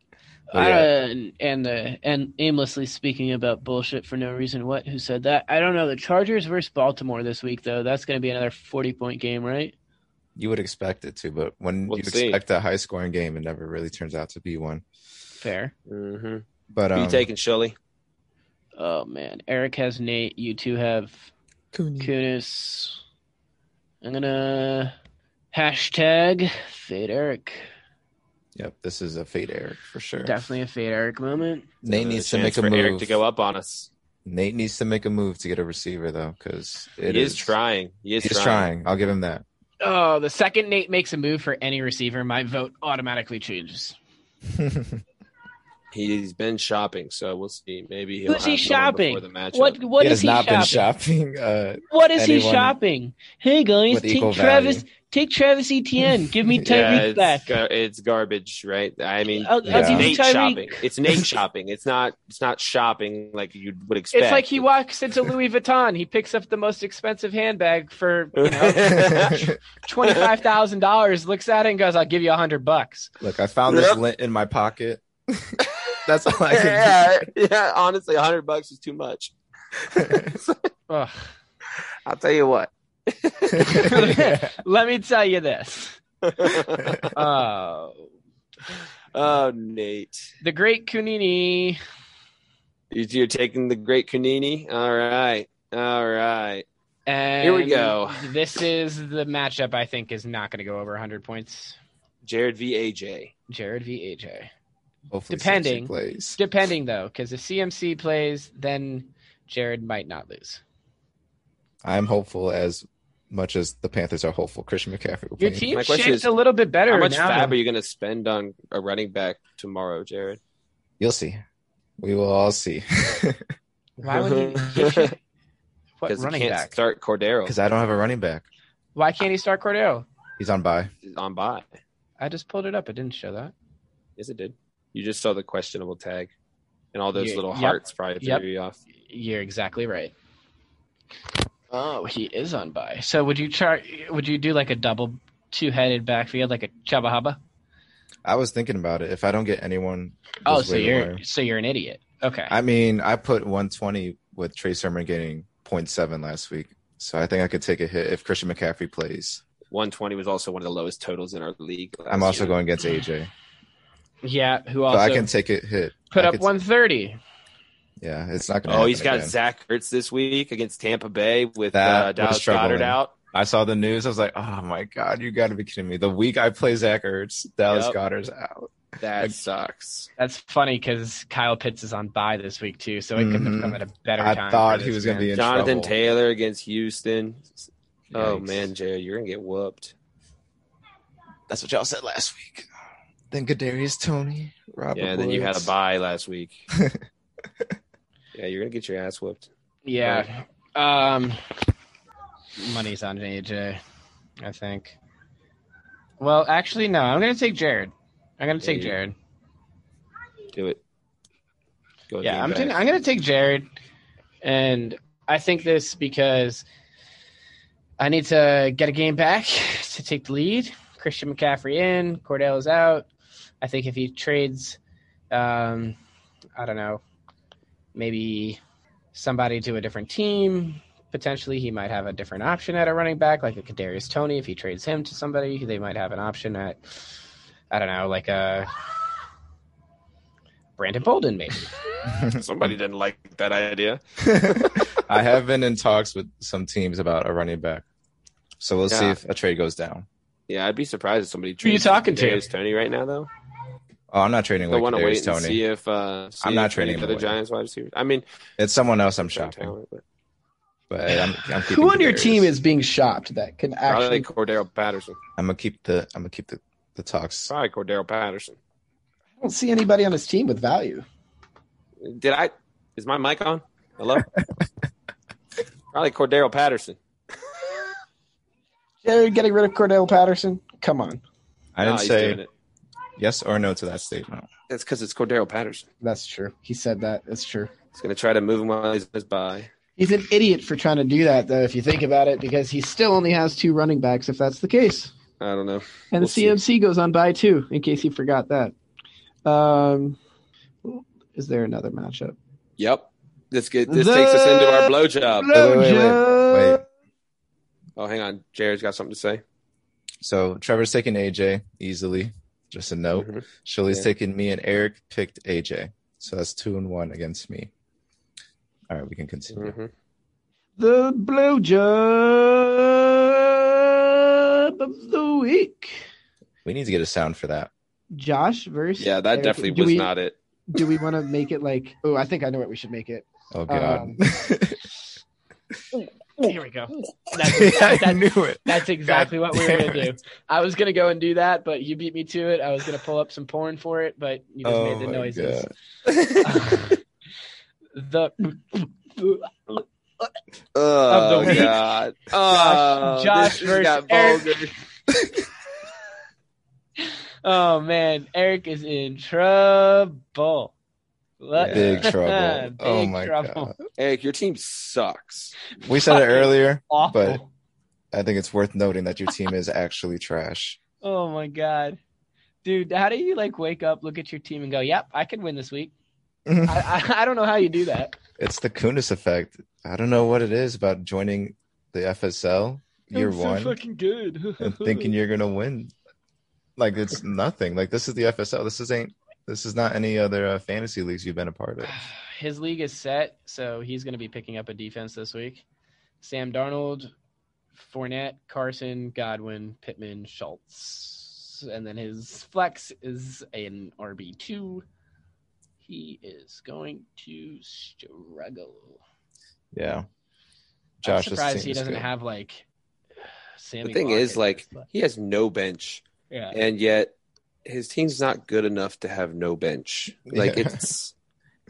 S2: Oh, yeah,
S5: Uh, and and, uh, and aimlessly speaking about bullshit for no reason. What? Who said that? I don't know. The Chargers versus Baltimore this week, though. That's going to be another forty-point game, right?
S2: you would expect it to, but when
S3: We'll
S2: you
S3: see.
S2: expect a high-scoring game, it never really turns out to be one.
S5: Fair.
S3: Mm-hmm.
S2: But
S3: Who
S2: um,
S3: you taking, Shelly?
S5: Oh man, Eric has Nate. You two have Kunis. I'm gonna hashtag fade Eric.
S2: Yep, this is a fade Eric for sure.
S5: Definitely a fade Eric moment.
S2: Nate
S3: Uh,
S2: needs to
S3: chance
S2: make a
S3: for
S2: move.
S3: Eric to go up on us.
S2: Nate needs to make a move to get a receiver though, because it
S3: he is, trying. He is
S2: He's
S3: trying.
S2: trying. I'll give
S1: (laughs)
S2: him that.
S1: Oh, the second Nate makes a move for any receiver, my vote automatically changes.
S3: He's been shopping, so we'll see. Maybe he'll
S5: Who's he
S3: have someone
S5: shopping?
S3: before the matchup.
S5: What?
S2: he
S5: What
S2: has
S5: is he
S2: not
S5: shopping?
S2: been shopping.
S3: (laughs)
S2: Uh, (laughs)
S5: What is he
S2: anyone
S5: shopping? Hey guys,
S2: with equal
S5: take Travis.
S2: value.
S5: Take
S2: (laughs)
S5: Travis Etienne. Give me
S3: yeah,
S5: Tyreek
S3: it's,
S5: back.
S3: gar- it's garbage, right? I mean,
S5: I'll- I'll
S3: it's
S2: give
S5: you
S3: Nate
S5: Tyreek.
S3: shopping.
S5: (laughs)
S3: It's Nate shopping. It's not. It's not shopping like you would expect.
S1: It's like he walks into Louis Vuitton. He picks up the most expensive handbag for you
S3: (laughs)
S1: know twenty five thousand dollars. Looks at it and goes, "I'll give you a hundred bucks."
S2: Look, I found this
S3: Yep.
S2: lint in my pocket. (laughs) That's all I (laughs) can
S3: (laughs) yeah, yeah, honestly, hundred bucks is too much.
S1: Ugh.
S3: I'll tell you what.
S1: Let me tell you this. Oh,
S3: (laughs) oh, Nate,
S1: the great Kunini.
S3: You- you're taking the great Kunini. All right, all right.
S1: And
S3: Here we go.
S1: This is the matchup I think is not going to go over 100 points.
S3: Jared V. A. J.
S1: Jared v AJ.
S2: Hopefully,
S1: Depending.
S2: plays.
S1: Depending though, because if CMC plays, then Jared might not lose.
S2: I'm hopeful as much as the Panthers are hopeful. Christian McCaffrey will
S1: Your
S2: play.
S1: team
S3: My
S1: shaped
S3: question is,
S1: a little bit better.
S3: How much
S1: now,
S3: fab
S1: though.
S3: are you going to spend on a running back tomorrow, Jared?
S2: You'll see. We will all see. (laughs)
S1: Why would you? if you- what
S3: Because he
S1: running
S3: can't
S1: back?
S3: start Cordero
S2: Because I don't have a running back.
S1: Why can't he start Cordero?
S2: He's on bye.
S3: on by.
S1: I just pulled it up. It didn't show that.
S3: Yes, it did. You just saw the questionable tag, and all those
S1: Yeah,
S3: little
S1: yep,
S3: hearts probably threw
S1: yep.
S3: you off.
S1: You're exactly right. Oh, he is on by. So would you chart? Would you do like a double two-headed backfield, like a Chubba Hubba?
S2: I was thinking about it. If I don't get anyone,
S1: Oh,
S2: this
S1: so
S2: waiver
S1: you're
S2: wire-
S1: so you're an idiot. Okay.
S2: I mean, I put 120 with Trey Sermon getting 0.7 last week, so I think I could take a hit if Christian McCaffrey plays.
S3: 120 was also one of the lowest totals in our league. last
S2: I'm also
S3: year.
S2: going against AJ,
S1: yeah. Who
S2: so
S1: also
S2: I can take a hit.
S1: put
S2: I
S1: up
S2: could-
S1: 130?
S2: Yeah, it's not gonna.
S3: Oh, he's got
S2: happen again.
S3: Zach Ertz this week against Tampa Bay with
S2: That
S3: uh,
S2: was
S3: Dallas
S2: troubling.
S3: Goddard out.
S2: I saw the news. I was like, oh my god, you got to be kidding me! The week I play Zach Ertz, Dallas
S3: Yep.
S2: Goddard's out.
S3: That
S2: Like-
S3: sucks.
S1: That's funny because Kyle Pitts is on bye this week too, so it couldn't
S2: Mhm.
S1: have come at a better
S2: I
S1: time.
S2: thought
S1: for
S2: he
S1: this
S2: was gonna
S1: man.
S2: be in
S3: Jonathan
S2: trouble.
S3: Taylor against Houston. Oh
S2: Yikes.
S3: man, Jared, you're gonna get whooped.
S2: that's what y'all said last week. Then Kadarius Tony, Robert.
S3: yeah, and then you had a
S2: Woods.
S3: bye last week.
S2: (laughs)
S3: yeah, you're gonna get your ass whooped.
S1: Yeah. Um, money's on AJ, I think. Well, actually, no. I'm gonna take Jared. I'm gonna take
S3: Yeah, you-
S1: Jared.
S3: Do it. Go
S1: Yeah, I'm
S3: Gamebacks.
S1: taking. I'm gonna take Jared, and I think this because I need (laughs) to get a game back to take the lead Christian McCaffrey in, Cordell's out. I think if he trades, um, I don't know, maybe somebody to a different team, potentially he might have a different option at a running back, like a Kadarius Tony. If he trades him to somebody, they might have an option at, I don't know, like a Brandon Bolden, maybe.
S3: Somebody didn't like that idea.
S2: (laughs) I have been in talks with some teams about a running back. So we'll see
S3: Yeah.
S2: if a trade goes down.
S3: Yeah, I'd be surprised if somebody.
S6: Who you
S3: trades
S6: talking to?
S3: Kadarius Tony right now though.
S2: Oh, I'm not trading
S3: I
S2: away
S3: want to
S2: Kadarius
S3: wait and
S2: Tony.
S3: see if uh, see
S2: I'm not
S3: if
S2: trading
S3: any
S2: him
S3: other
S2: away.
S3: Giants wide receivers. I mean,
S2: It's someone else I'm
S3: shopping.
S2: shopping, but I'm, I'm keeping
S4: Who on your
S2: Kadarius.
S4: team is being shopped that can
S3: probably
S4: actually?
S3: Cordero Patterson.
S2: I'm gonna keep the I'm gonna keep the the talks.
S3: Probably Cordero Patterson.
S4: I don't see anybody on his team with value.
S3: Did I? Is my mic on?
S2: (laughs)
S3: Hello. probably Cordero Patterson.
S4: They're getting rid of Cordell Patterson. Come on,
S2: I
S3: No,
S2: didn't
S3: he's doing
S2: say
S3: it.
S2: yes or no to that statement.
S3: That's because it's Cordero Patterson.
S4: that's true. He said that. It's true.
S3: He's gonna try to move him while he's by.
S4: He's an idiot for trying to do that, though. If you think about it, because he still only has two running backs. If that's the case.
S3: I don't know. We'll
S4: And the
S3: see.
S4: CMC goes on by too, in case you forgot that. Um, is there another matchup?
S3: Yep. This get this
S4: The-
S3: takes us into our blowjob.
S2: Uh, wait, wait,
S4: Uh,
S2: wait, wait.
S3: Oh, hang on. Jared's got something to say.
S2: So Trevor's taking AJ easily, just a
S1: Oh.
S2: note.
S3: Mhm.
S2: Shirley's
S3: Yeah.
S2: taking me, and Eric picked AJ. So that's two and one against me. All right, we can continue.
S3: Mhm.
S4: The blowjob of the week.
S2: We need to get a sound for that.
S4: Josh versus
S3: Yeah, that
S4: Eric.
S3: definitely
S4: do
S3: was
S4: we,
S3: not it.
S4: Do we want to make it like? Oh, I think I know what we should make it.
S2: Oh God,
S4: (laughs)
S2: (laughs)
S4: Um,
S1: Here we go. That's, that's,
S2: (laughs) I
S1: that's,
S2: knew it.
S1: that's exactly
S2: God
S1: what we were
S2: damn
S1: going to do. I was going to go and do that, but you beat me to it. I was going to pull up some porn for it, but you just
S2: Oh
S1: made the
S2: my
S1: noises.
S2: God.
S1: the (laughs)
S3: Oh,
S1: week. (laughs)
S3: God. Oh,
S1: Josh
S3: this just got
S1: versus Eric.
S3: vulgar.
S1: Oh man, Eric is in trouble. What-
S2: Big trouble. oh
S1: Big
S2: my
S1: trouble.
S2: God.
S3: Eric, your team sucks.
S2: We said
S4: (laughs)
S2: it
S1: Fucking
S2: earlier.
S1: Awful.
S2: But- I think it's worth noting that your team is actually
S4: (laughs)
S2: trash. (laughs)
S1: Oh my god. Dude, how do you like wake up, look at your team and go, "Yep, I can win this week." I, I, I don't know how you do that.
S2: It's the Kunis effect. I don't know what it is about joining the FSL year
S1: I'm
S2: one
S1: so fucking good.
S2: (laughs) and
S1: (laughs)
S2: thinking you're gonna win. Like it's nothing. Like this is the FSL. This is ain't. This is not any other uh, fantasy leagues you've been a part of.
S1: (sighs) His league is set, so he's going to be picking up a defense this week. Sam Darnold, Fournette, Carson, Godwin, Pittman, Schultz, and then his flex is an RB two. He is going to struggle.
S2: Yeah.
S1: I'm
S2: Josh's
S1: surprised
S2: team
S1: he
S2: is
S1: doesn't
S2: good.
S1: have like. (sighs) Sammy
S3: thing
S1: Watkins,
S3: is, like,
S1: but-
S3: He has no bench,
S1: yeah,
S3: and yet his team's not good enough to have no bench. Like
S2: Yeah.
S3: it's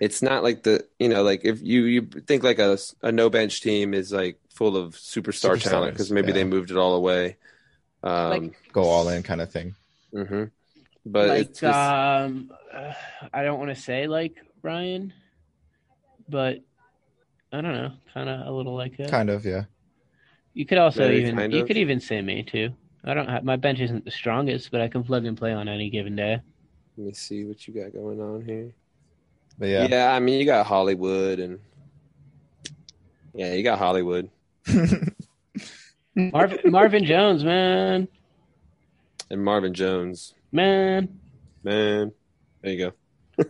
S3: it's not like the you know like if you you think like a a no bench team is like full of superstar
S2: Superstars,
S3: talent because maybe
S2: yeah.
S3: they moved it all away. Um,
S2: go all in kind of thing.
S3: mhm. But
S1: like
S3: it's just,
S1: um uh, i don't want to say like ryan but i don't know kind of a little like that
S2: Kind of, yeah.
S1: you could also
S3: Maybe
S1: even
S3: kind
S1: you
S3: of.
S1: could even say me too i don't have my bench isn't the strongest but i can plug and play on any given day
S3: let me see what you got going on here.
S2: But
S3: Yeah.
S2: yeah.
S3: I mean, you got Hollywood and yeah, you got Hollywood. (laughs)
S1: Marv, marvin jones man
S3: and Marvin Jones. (laughs)
S1: man
S3: Man, there you go.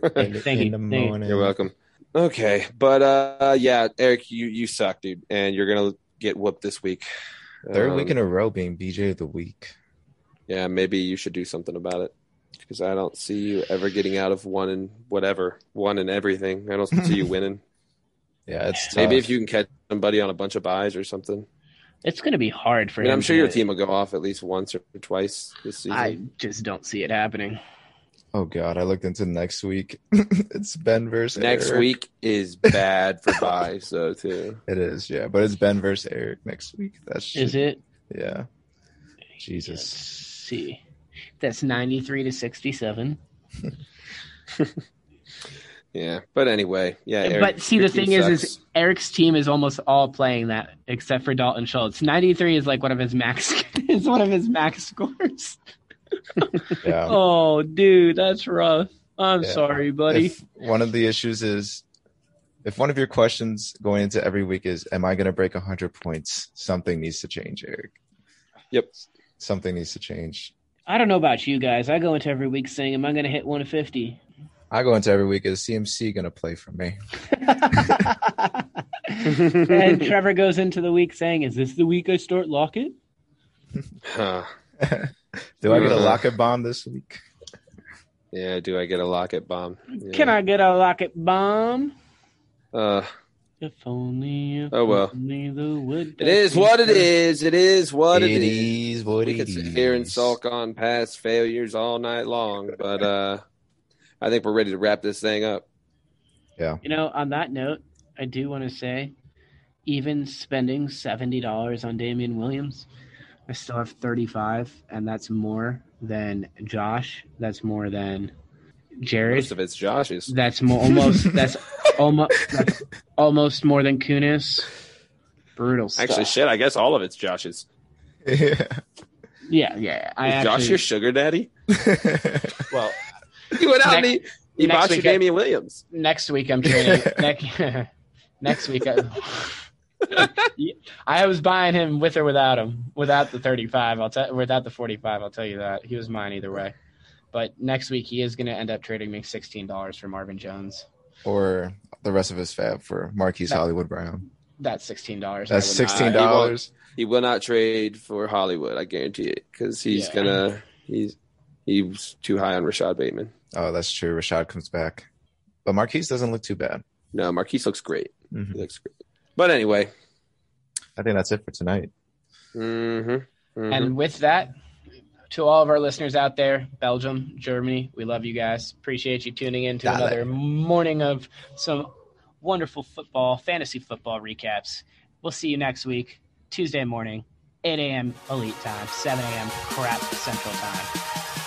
S1: Thank you, thank you, thank you.
S3: You're welcome. Okay, but uh, yeah, Eric, you you suck, dude, and you're gonna get whooped this week.
S2: Third
S3: Um,
S2: week in a row being BJ of the week.
S3: yeah, maybe you should do something about it because I don't see you ever getting out of one and whatever, one and everything. I don't see
S2: (laughs)
S3: you winning.
S2: Yeah, it's tough.
S3: Maybe if you can catch somebody on a bunch of buys or something.
S1: it's going to be hard for
S3: I mean,
S1: him
S3: I'm sure your
S1: to-
S3: team will go off at least once or twice this season.
S1: i just don't see it happening
S2: Oh god, I looked into next week. (laughs) it's Ben versus
S3: Next
S2: Eric.
S3: week is bad
S2: (laughs)
S3: for buys though too.
S2: It is, yeah. But it's Ben versus Eric next week. That's
S1: is it
S2: Yeah.
S1: let's
S2: Jesus.
S1: see that's 93 to 67
S3: Yeah, but anyway, yeah. Eric
S5: but see, the
S3: freaking
S5: thing is,
S3: sucks.
S5: is Eric's team is almost all playing that, except for Dalton Schultz. Ninety three is like one of his max. (laughs) is one of his max scores.
S2: Yeah.
S5: (laughs) Oh, dude, that's rough. I'm
S2: Yeah.
S5: sorry, buddy.
S2: If one of the issues is if one of your questions going into every week is, Am I going to break 100 points? Something needs to change, Eric.
S3: Yep.
S2: Something needs to change.
S5: I don't know about you guys. I go into every week saying, "Am I going to hit
S3: (laughs)
S5: 150?"
S2: I go into every week, Is CMC going to play for me?
S5: and Trevor goes into the week saying, "Is this the week I start Lockett?"
S3: Huh.
S2: Do I get a
S3: Uh.
S2: locket bomb this week?
S3: yeah, do I get a locket bomb? Yeah.
S5: Can I get a Lockett bomb?
S3: Uh,
S5: If only. If
S3: Oh, well.
S5: Only the wood
S3: it is what it is. It is what it is.
S2: is what
S3: we
S2: it
S3: could sit here and
S2: is.
S3: sulk on past failures all night long, but uh, I think we're ready to wrap this thing up.
S5: You know, on that note, I do want to say, even spending seventy dollars on Damian Williams, I still have thirty-five, and that's more than Josh. That's more than Jared.
S3: Most of it's Josh's.
S5: That's more almost. That's almost. That's almost more than Kunis. Brutal stuff.
S3: Actually, shit, I guess all of it's Josh's.
S5: yeah, yeah. I
S3: is Josh
S5: actually,
S3: your sugar daddy? (laughs)
S5: well,
S3: He went out
S5: Next-
S3: and he, he
S5: next
S3: bought you
S5: weekend.
S3: Damian Williams.
S5: next week
S3: (laughs)
S5: I'm training. next, (laughs) next week, I, I was buying him with or without him, without the 35. I'll tell, without the 45. I'll tell you that he was mine either way. But next week he is going to end up trading me sixteen dollars for Marvin Jones.
S2: (laughs) or the rest of his fab for Marquise
S5: That-
S2: Hollywood Brown.
S5: That's sixteen dollars.
S2: That's
S3: would not-
S2: sixteen dollars.
S3: He will not trade for Hollywood, I guarantee it, because he's
S5: Yeah.
S3: gonna he's he's too high on Rashad Bateman.
S2: Oh, that's true. Rashad comes back, but Marquise doesn't look too bad.
S3: No, Marquise looks great. He
S2: Mhm.
S3: looks great. But anyway,
S2: I think that's it for tonight.
S3: mm-hmm, hmm
S5: And with that, to all of our listeners out there, Belgium, Germany, we love you guys. Appreciate you tuning in to
S2: Dale.
S5: another morning of some wonderful football, fantasy football recaps. We'll see you next week, Tuesday morning, 8 a.m. Elite time, 7 a.m. Crap Central time.